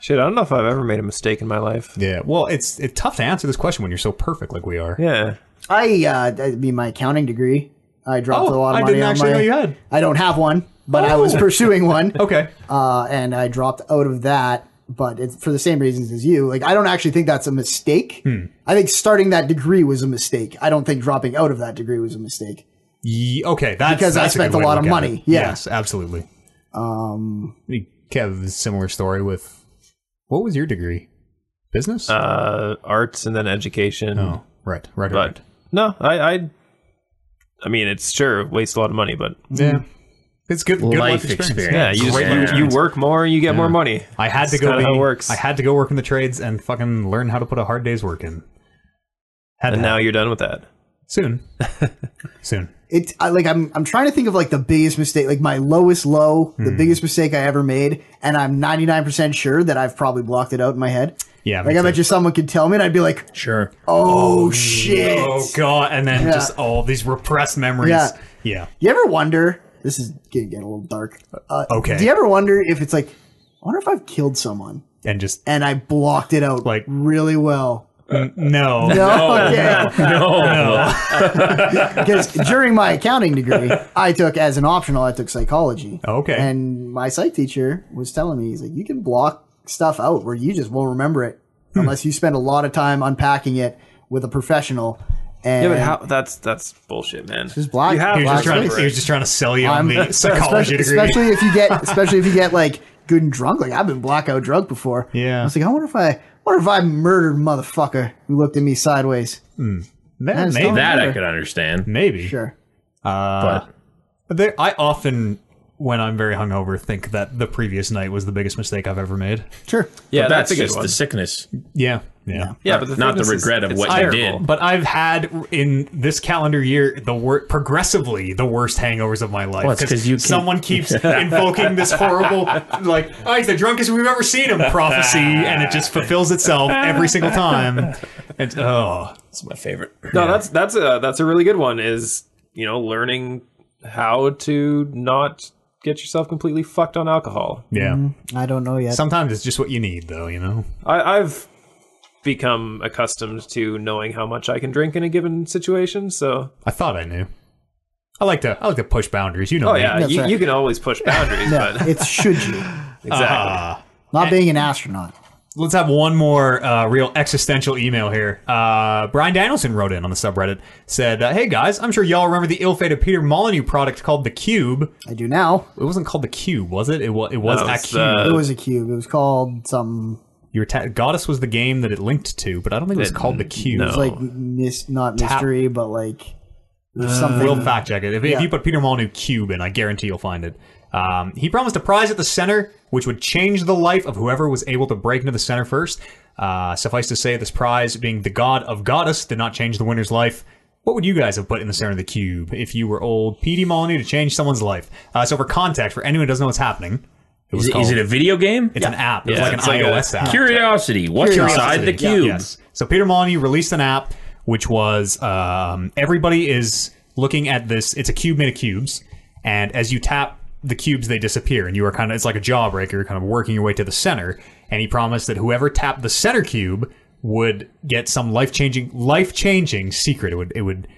D: Shit, I don't know if I've ever made a mistake in my life.
A: Yeah. Well, it's it's tough to answer this question when you're so perfect like we are.
D: Yeah.
B: I uh, that'd be my accounting degree. I dropped
A: Oh,
B: a lot of
A: I
B: money
A: didn't
B: on
A: actually
B: my.
A: know you had. Oh.
B: I don't have one, but I was
A: *laughs*
B: pursuing one.
A: Okay.
B: uh, and I dropped out of that. But it's for the same reasons as you. Like, I don't actually think that's a mistake.
A: Hmm.
B: I think starting that degree was a mistake. I don't think dropping out of that degree was a mistake.
A: Ye- okay. That's
B: Because I
A: that's
B: spent a
A: good way to
B: lot of
A: look at
B: money,
A: it.
B: yeah.
A: Yes, absolutely. Um, Kev, similar story with what was your degree? Business.
D: Uh, arts and then education.
A: oh, right, right, right.
D: But no, I, I I mean it's sure waste a lot of money, but
A: Yeah. It's good, good life,
C: Life
A: experience.
C: experience.
D: yeah, you just
A: Great
D: you-
A: life
D: you,
A: experience.
D: work more, you get more money.
A: I had to
D: That's
A: go.
D: kinda how
A: be-
D: it works.
A: I had to go work in the trades and fucking learn how to put a hard day's work in. Had to
D: and now
A: now
D: you're done with that.
A: soon,
D: *laughs*
A: soon.
B: It's I, like I'm I'm trying to think of like the biggest mistake, like my lowest low,
A: Hmm.
B: the biggest mistake I ever made, and I'm 99% sure that I've probably blocked it out in my head.
A: Yeah, me
B: like I bet
A: too.
B: you someone could tell me, and I'd be like,
C: Sure.
B: "Oh, shit."
A: Oh god! And then
B: Yeah.
A: just all these repressed memories.
B: Yeah.
A: Yeah.
B: You ever wonder? This is gonna get a little dark. Uh,
A: Okay.
B: Do you ever wonder if it's like, I wonder if I've killed someone?
A: and just
B: and I blocked it out like
A: Like-
B: really well.
A: no.
B: No, *laughs* okay.
C: *laughs* No.
B: Because during my accounting degree, I took as an optional, I took psychology.
A: Okay.
B: And my psych teacher was telling me, he's like, you can block stuff out where you just won't remember it
A: Hmm.
B: unless you spend a lot of time unpacking it with a professional. And
D: Yeah, but how that's that's bullshit, man.
B: just block.
D: You have
A: He was,
B: block
A: just trying to,
B: space.
A: he was just trying to sell you on
B: I'm-
A: the
B: *laughs*
A: psychology
B: especially,
A: degree.
B: especially if you get, especially if you get like good and drunk. Like I've been blackout drunk before.
A: Yeah.
B: I was like, I wonder if I, wonder if I murdered motherfucker who looked at me sideways.
A: Man,
B: That's
A: maybe.
B: not-
C: That I could understand.
A: maybe.
B: Sure.
A: Uh, but there, I often, when I'm very hungover, think that the previous night was the biggest mistake I've ever made.
B: Sure.
D: yeah,
C: But
D: that's,
C: that's,
D: a good
C: just
D: one.
C: the sickness.
A: Yeah. yeah.
D: yeah, but the
C: not the
D: thickness is-
C: regret of
D: it's
C: what you did.
D: terrible.
A: But I've had in this calendar year the wor- progressively the worst hangovers of my life.
C: Well, it's 'cause you keep-
A: someone
C: *laughs*
A: keeps invoking this horrible, like, oh, he's the drunkest we've ever seen him prophecy, and it just fulfills itself every single time. And oh,
C: It's my favorite.
D: No, that's that's a that's a really good one. Is you know learning how to not get yourself completely fucked on alcohol.
A: yeah.
C: Mm-hmm.
B: I don't know yet.
A: Sometimes it's just what you need, though. You know.
D: I, I've become accustomed to knowing how much I can drink in a given situation. So
A: I thought I knew. I like to. I like to push boundaries. You know.
D: oh
A: me.
D: yeah,
B: That's
D: you,
B: right.
D: you can
A: *laughs*
D: always push boundaries, but
B: it's should you
D: *laughs* exactly.
A: Ah.
B: not being an astronaut.
A: Let's have one more uh, real existential email here. Uh, Brian Danielson wrote in on the subreddit, said, uh, "Hey guys, I'm sure y'all remember the ill-fated Peter Molyneux product called the Cube.
B: I do now.
A: It wasn't called the Cube, was it? It was. It was uh,
D: No,
A: a cube.
D: it was the-
B: It was a cube. It was called some
A: Your ta- goddess was the game that it linked to, but I don't think it was
D: It-
A: called the Cube.
D: no.
B: like mis- not
A: Oh. Tap- Uh,
B: mystery, but like There's something.
A: We'll fact check it. If, if
B: Yeah.
A: you put Peter Molyneux cube in, I guarantee you'll find it. Um, he promised a prize at the center, which would change the life of whoever was able to break into the center first. Uh, suffice to say, this prize, being the god of goddess, did not change the winner's life. What would you guys have put in the center of the cube if you were old Petey Molyneux to change someone's life? Uh, so, for context, for anyone who doesn't know what's happening, it was
C: Is it, is
A: called-
C: it a video game?
A: it's an app. It's
D: Yeah,
A: like an
D: it's like a-
A: iOS app.
C: Curiosity. What's inside the
A: Curiosity.
C: cube?
A: Yeah, yes. So Peter Molyneux released an app, which was um, everybody is looking at this. It's a cube made of cubes, and as you tap the cubes, they disappear, and you are kind of it's like a jawbreaker, you're kind of working your way to the center. And he promised that whoever tapped the center cube would get some life changing, life changing secret. It would, it would.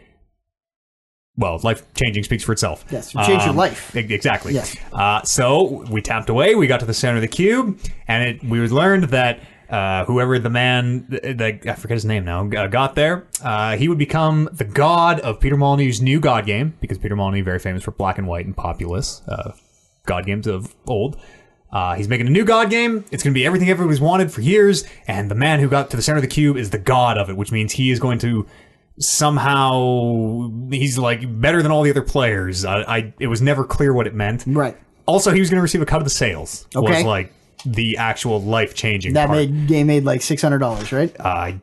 A: Well, life changing speaks for itself.
B: Yes, it would change your life.
A: e- Exactly.
B: Yes.
A: Uh, so we tapped away. We got to the center of the cube, and it, we learned that uh, whoever the man, the, the, I forget his name now, uh, got there, uh, he would become the god of Peter Molyneux's new god game because Peter Molyneux very famous for black and white and populous uh, god games of old. Uh, he's making a new god game. It's going to be everything everybody's wanted for years, and the man who got to the center of the cube is the god of it, which means he is going to somehow he's like better than all the other players. I, I it was never clear what it meant.
B: Right.
A: Also, he was going to receive a cut of the sales. Was
B: Okay.
A: like the actual life changing
B: That
A: part. Uh,
B: made game made like six hundred dollars, right?
A: I, I,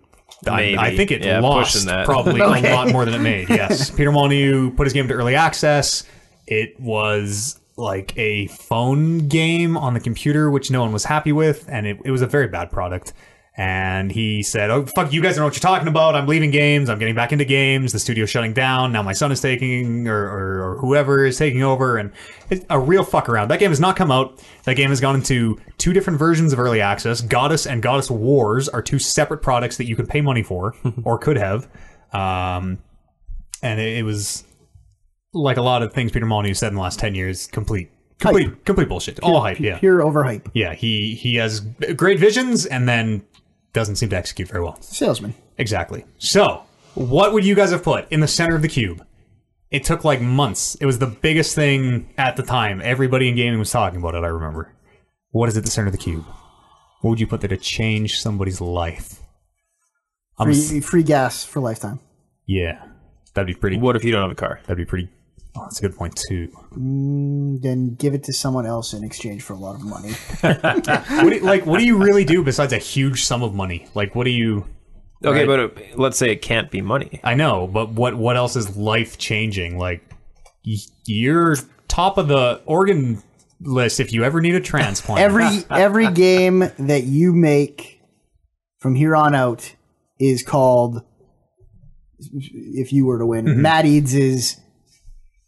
D: Maybe.
A: I think it
D: Yeah,
A: lost
D: pushing that.
A: probably a lot more than it made. Yes, Peter Molyneux put his game to early access. It was like a phone game on the computer, which no one was happy with, and it, it was a very bad product. And he said, "Oh fuck, you guys don't know what you're talking about. I'm leaving games. I'm getting back into games. The studio's shutting down. Now my son is taking, or, or, or whoever is taking over, and it's a real fuck around. That game has not come out. That game has gone into two different versions of early access. Goddess and Goddess Wars are two separate products that you can pay money for, or could have. Um, and it, it was like a lot of things Peter Molyneux said in the last ten years. Complete, complete, complete bullshit. All hype. Yeah,
B: Pure overhype.
A: yeah. He he has great visions and then doesn't seem to execute very well.
B: Salesman.
A: Exactly. So, what would you guys have put in the center of the cube? It took like months. It was the biggest thing at the time. Everybody in gaming was talking about it. I remember. What is at the center of the cube? What would you put there to change someboody 's life? I'm a s-
B: Free, free gas for lifetime.
A: yeah, that'd be
D: *laughs*
A: pretty.
D: What if you don't have a car?
A: That'd be pretty. Oh, that's a good point
D: *laughs*
A: too.
B: Then give it to someone else in exchange for a lot of money.
A: What do you, like, what do you really do besides a huge sum of money? Like, what do you?
D: Okay, but it, let's say it can't be money.
A: I know, but what what else is life changing? Like, y- you're top of the organ list if you ever need a transplant. *laughs*
B: Every every game that you make from here on out is called if you were to win,
A: Mm-hmm.
B: Matt Eads is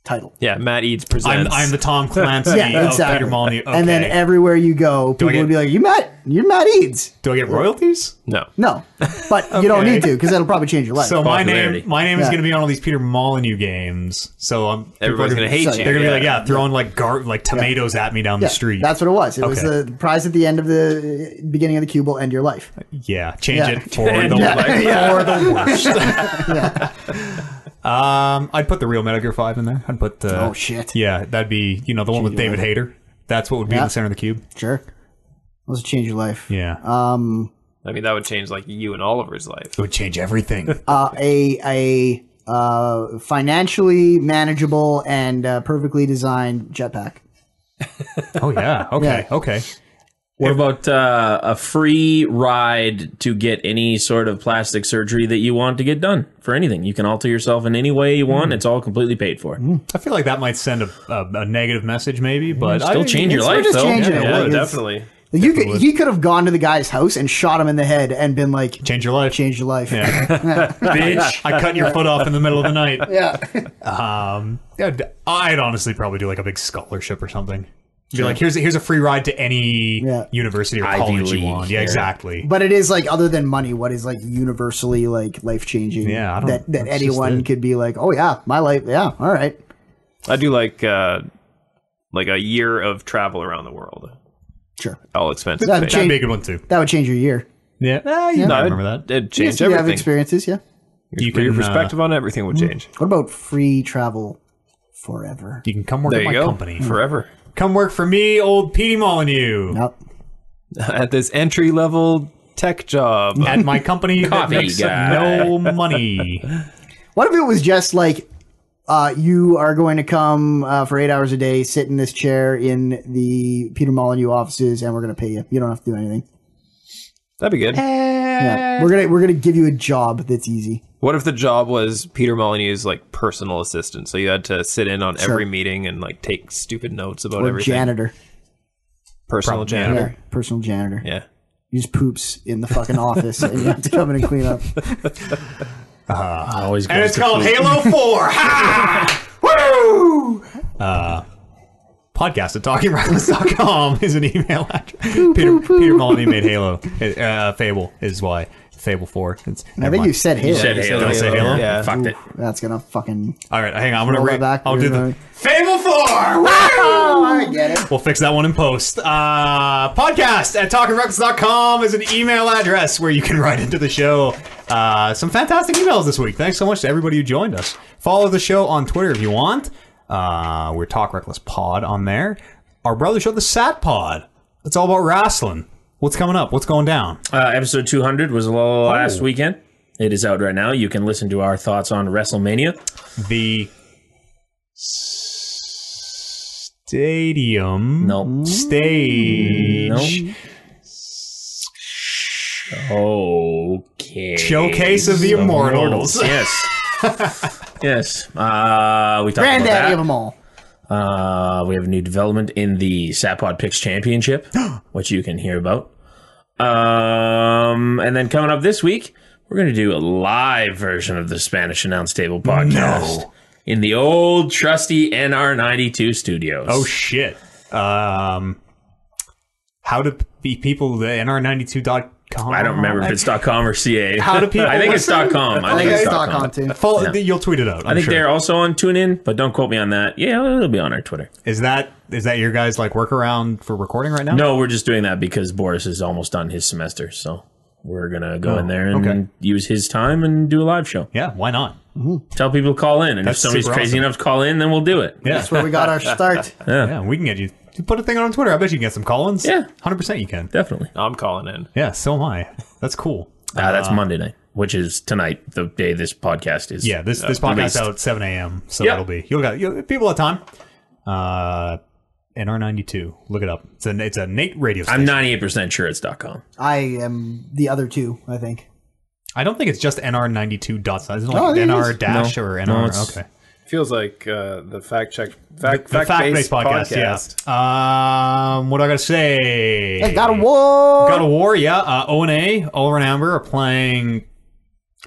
B: title.
D: Yeah, Matt Eads
A: I'm,
D: presents.
A: I'm the
B: *laughs*
A: Tom Clancy
B: Yeah,
A: of
B: exactly.
A: Peter oh, Molyneux. Okay.
B: And then everywhere you go, people
A: get-
B: would be like, You Matt you're Matt Eads.
A: do I get royalties?
D: no.
B: No.
A: *laughs*
B: But you don't
A: Okay.
B: need to, because that'll probably change your life.
A: So my
C: Popularity.
A: name my name is
B: Yeah.
A: going to be on all these Peter Molyneux games. So I'm people
D: Everybody's
A: are
D: gonna hate
B: you.
A: They're going to be like, yeah, throwing like gar- like tomatoes at me down
B: Yeah,
A: the street.
B: That's what it was. It was
A: Okay.
B: the prize at the end of the beginning of the cube will end your life.
A: Yeah, change
B: Yeah.
A: it for the
B: *laughs* Yeah.
A: for the
B: *laughs*
A: worst. um, I'd put the real Metal Gear Five in there. I'd put uh,
B: Oh, shit.
A: Yeah, that'd be you know the one with
B: Change
A: David Hayter. That's what would be in
B: Yeah.
A: the center of the cube.
B: Sure. Those change your life.
A: Yeah,
B: Um,
D: I mean, that would change like you and Oliver's life.
A: it would change everything.
B: *laughs* uh, a a uh, financially manageable and uh, perfectly designed jetpack.
A: oh yeah. Okay. Okay.
C: What about uh, a free ride to get any sort of plastic surgery that you want to get done for anything? You can alter yourself in any way you
A: Mm.
C: want. It's all completely paid for.
A: I feel like that might send a, a, a negative message, maybe, but
C: Still
A: I,
C: change your
B: we're
C: life,
B: just
C: though.
B: changing
C: Yeah.
B: it.
D: Yeah,
B: Like, it's-
D: definitely.
B: Like, you could, he could have gone to the guy's house and shot him in the head and been like,
A: change your life.
B: "Change your life."
A: *laughs*
B: Yeah. *laughs*
A: bitch. I cut your foot off in the middle of the night.
B: yeah.
A: I'd, I'd honestly probably do like a big scholarship or something. Be like, here's a, here's a free ride to any
B: Yeah.
A: university or
C: Ivy
A: college
C: League,
A: you want. Yeah,
C: yeah.
A: exactly.
B: *laughs* But it is like other than money, what is like universally like life changing?
A: Yeah, I don't-
B: that that
A: that's just
B: anyone
A: it.
B: could be like, "Oh yeah, my life. Yeah, all right."
D: I do like uh, like a year of travel around the world,
B: Sure.
D: all expenses
B: That'd change-
D: paid.
A: That'd be a good one too.
B: That would change your year.
A: Yeah, ah, you
D: No,
A: might
D: it'd-
A: remember that.
D: It'd
B: Yes,
D: change
B: you have
D: everything.
B: experiences, yeah.
A: You
D: Your
A: can, uh,
D: perspective on everything would change.
B: What about free travel forever?
A: You can come work
D: There
A: at my
D: you go.
A: company.
D: Forever. *laughs*
A: Come work for me, old Petey Molyneux.
B: Nope.
D: At this entry level tech job.
A: At my company, that
C: Coffee
A: makes
C: guy.
A: no money.
B: What if it was just like uh, you are going to come uh, for eight hours a day, sit in this chair in the Peter Molyneux offices, and we're going to pay you. You don't have to do anything.
D: That'd be good.
B: Yeah. We're gonna we're gonna give you a job that's easy.
D: What if the job was Peter Molyneux's like personal assistant? So you had to sit in on every meeting and like take stupid notes about
B: Or
D: everything.
B: janitor.
D: personal
A: Probably,
D: janitor.
B: Yeah, personal janitor.
D: Yeah.
B: He just poops in the fucking office and you have to come in and clean up.
C: Always
A: and
C: goes
A: it's
C: to
A: called
C: food.
A: Halo *laughs* 4. Ha! Woo! Uh, podcast at talkingrivals.com *laughs* is an email address. Peter, Peter Molyneux made Halo. Uh, Fable is why. Fable 4. It's,
B: I think you said Halo.
C: said Halo.
A: Did I say Halo?
D: Yeah.
B: Mm.
C: Fucked it.
B: That's gonna fucking
A: All right, hang on. I'm going
B: roll
A: to
B: that back.
A: I'll do the.
B: *laughs* You're
A: Fable 4! Woo!
B: like, Oh, I get it.
A: We'll fix that one in post. Uh, podcast at talkingrecords.com is an email address where you can write into the show. Uh, some fantastic emails this week. Thanks so much to everybody who joined us. Follow the show on Twitter if you want. Uh, we're Talk Reckless Pod on there. Our brother show, the Sat Pod. It's all about wrestling. What's coming up? What's going down?
C: Uh, episode 200 was
A: Oh.
C: last weekend. It is out right now. You can listen to our thoughts on WrestleMania.
A: The stadium.
C: No.
A: Stage.
C: Okay.
A: Showcase of the Immortals.
C: yes.
A: *laughs*
C: yes. Uh, we talked
B: Granddaddy of
C: about
B: them all.
C: that. Uh, we have a new development in the Sapod Picks Championship, which you can hear about. Um, and then coming up this week, we're going to do a live version of the Spanish Announce Table podcast in the old trusty NR92 studios.
A: Oh shit. Um, how do be people the nr92.com?
C: I don't remember if it's .com or .ca.
A: How do people
C: I think it's
A: listen?
C: .com. I
B: I
C: think
B: think
C: it's
B: stock
C: .com.
B: on too.
A: *laughs* Follow, You'll tweet it out. i
C: I think they're also on TuneIn, but don't quote me on that. Yeah, it'll be on our Twitter.
A: Is that is that your guys like workaround for recording right now?
C: No, we're just doing that because Boris is almost done his semester, so we're gonna go in there and
A: okay.
C: use his time and do a live show.
A: Yeah. Why not?
C: Tell people to call in, and
A: That's
C: if somebody's
A: super
C: crazy
A: awesome.
C: enough to call in, then we'll do it.
A: Yeah.
B: That's where we got our start.
A: Yeah. We can get you. you Put a thing on Twitter. I bet you can get some call-ins.
C: Yeah.
A: Hundred percent. You can.
C: Definitely.
D: I'm calling in.
A: Yeah. So am I. That's cool.
C: Ah, that's Monday night, which is tonight, the day this podcast is. uh,
A: Yeah. This this podcast
C: released.
A: out at seven a.m. So
C: Yeah.
A: it'll be you'll got you'll, people have time. Uh, nr92. Look it up. It's a it's a Nate radio. Station.
C: I'm 98 percent sure it's .com.
B: I am the other two, I think.
A: I don't think it's just NR92 dots. Isn't it
B: Oh, I
A: like
B: think it
A: NR
B: is.
A: dash
C: No.
A: or NR?
C: No, it's-
A: okay.
D: Feels like uh, the fact check fact
A: The fact based podcast, yeah. Um, what do I got to say?
B: Hey, got a war.
A: Got a war, yeah. Uh, O&A, Oliver and Amber are playing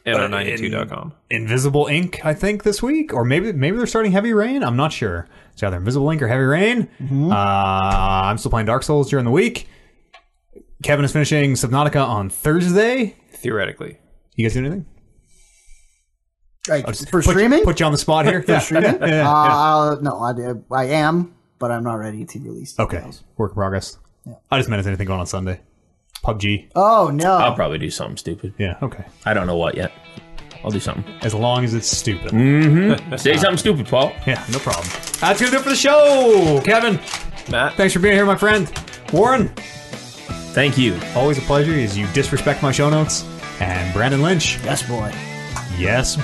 D: yeah. NR92.com.
A: Invisible Ink, I think, this week. Or maybe maybe they're starting Heavy Rain. I'm not sure. It's either Invisible Ink or Heavy Rain.
B: Mm-hmm.
A: Uh, I'm still playing Dark Souls during the week. Kevin is finishing Subnautica on Thursday.
D: Theoretically.
A: You guys do anything?
B: Like, for
A: Put-
B: streaming?
A: Put you on the spot
B: *laughs*
A: here.
B: for
A: Yeah.
B: streaming?
A: Yeah, *laughs* yeah.
B: Uh, No, I, I am, but I'm not ready to release. the
A: Okay.
B: files.
A: Work in progress. I just meant is anything going on Sunday? PUBG.
B: Oh no.
C: I'll probably do something stupid.
A: Yeah. Okay.
C: I don't know what yet. I'll do something.
A: As long as it's stupid.
C: Say something stupid, Paul.
A: Yeah. No problem. That's gonna do it for the show. Kevin,
D: Matt,
A: thanks for being here, my friend. Warren,
C: Thank you.
A: always a pleasure. As you disrespect my show notes. And Brandon Lynch.
B: yes, boy.
A: Yes,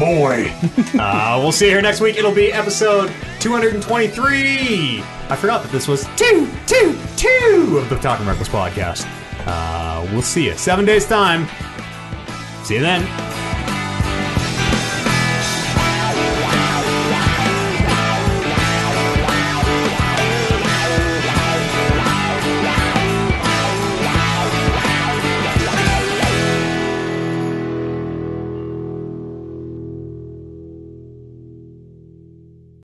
A: boy. uh, we'll see you here next week. It'll be episode 223. I forgot that this was two, two, two of the Talking Reckless podcast. Uh, we'll see you seven days time. See you then.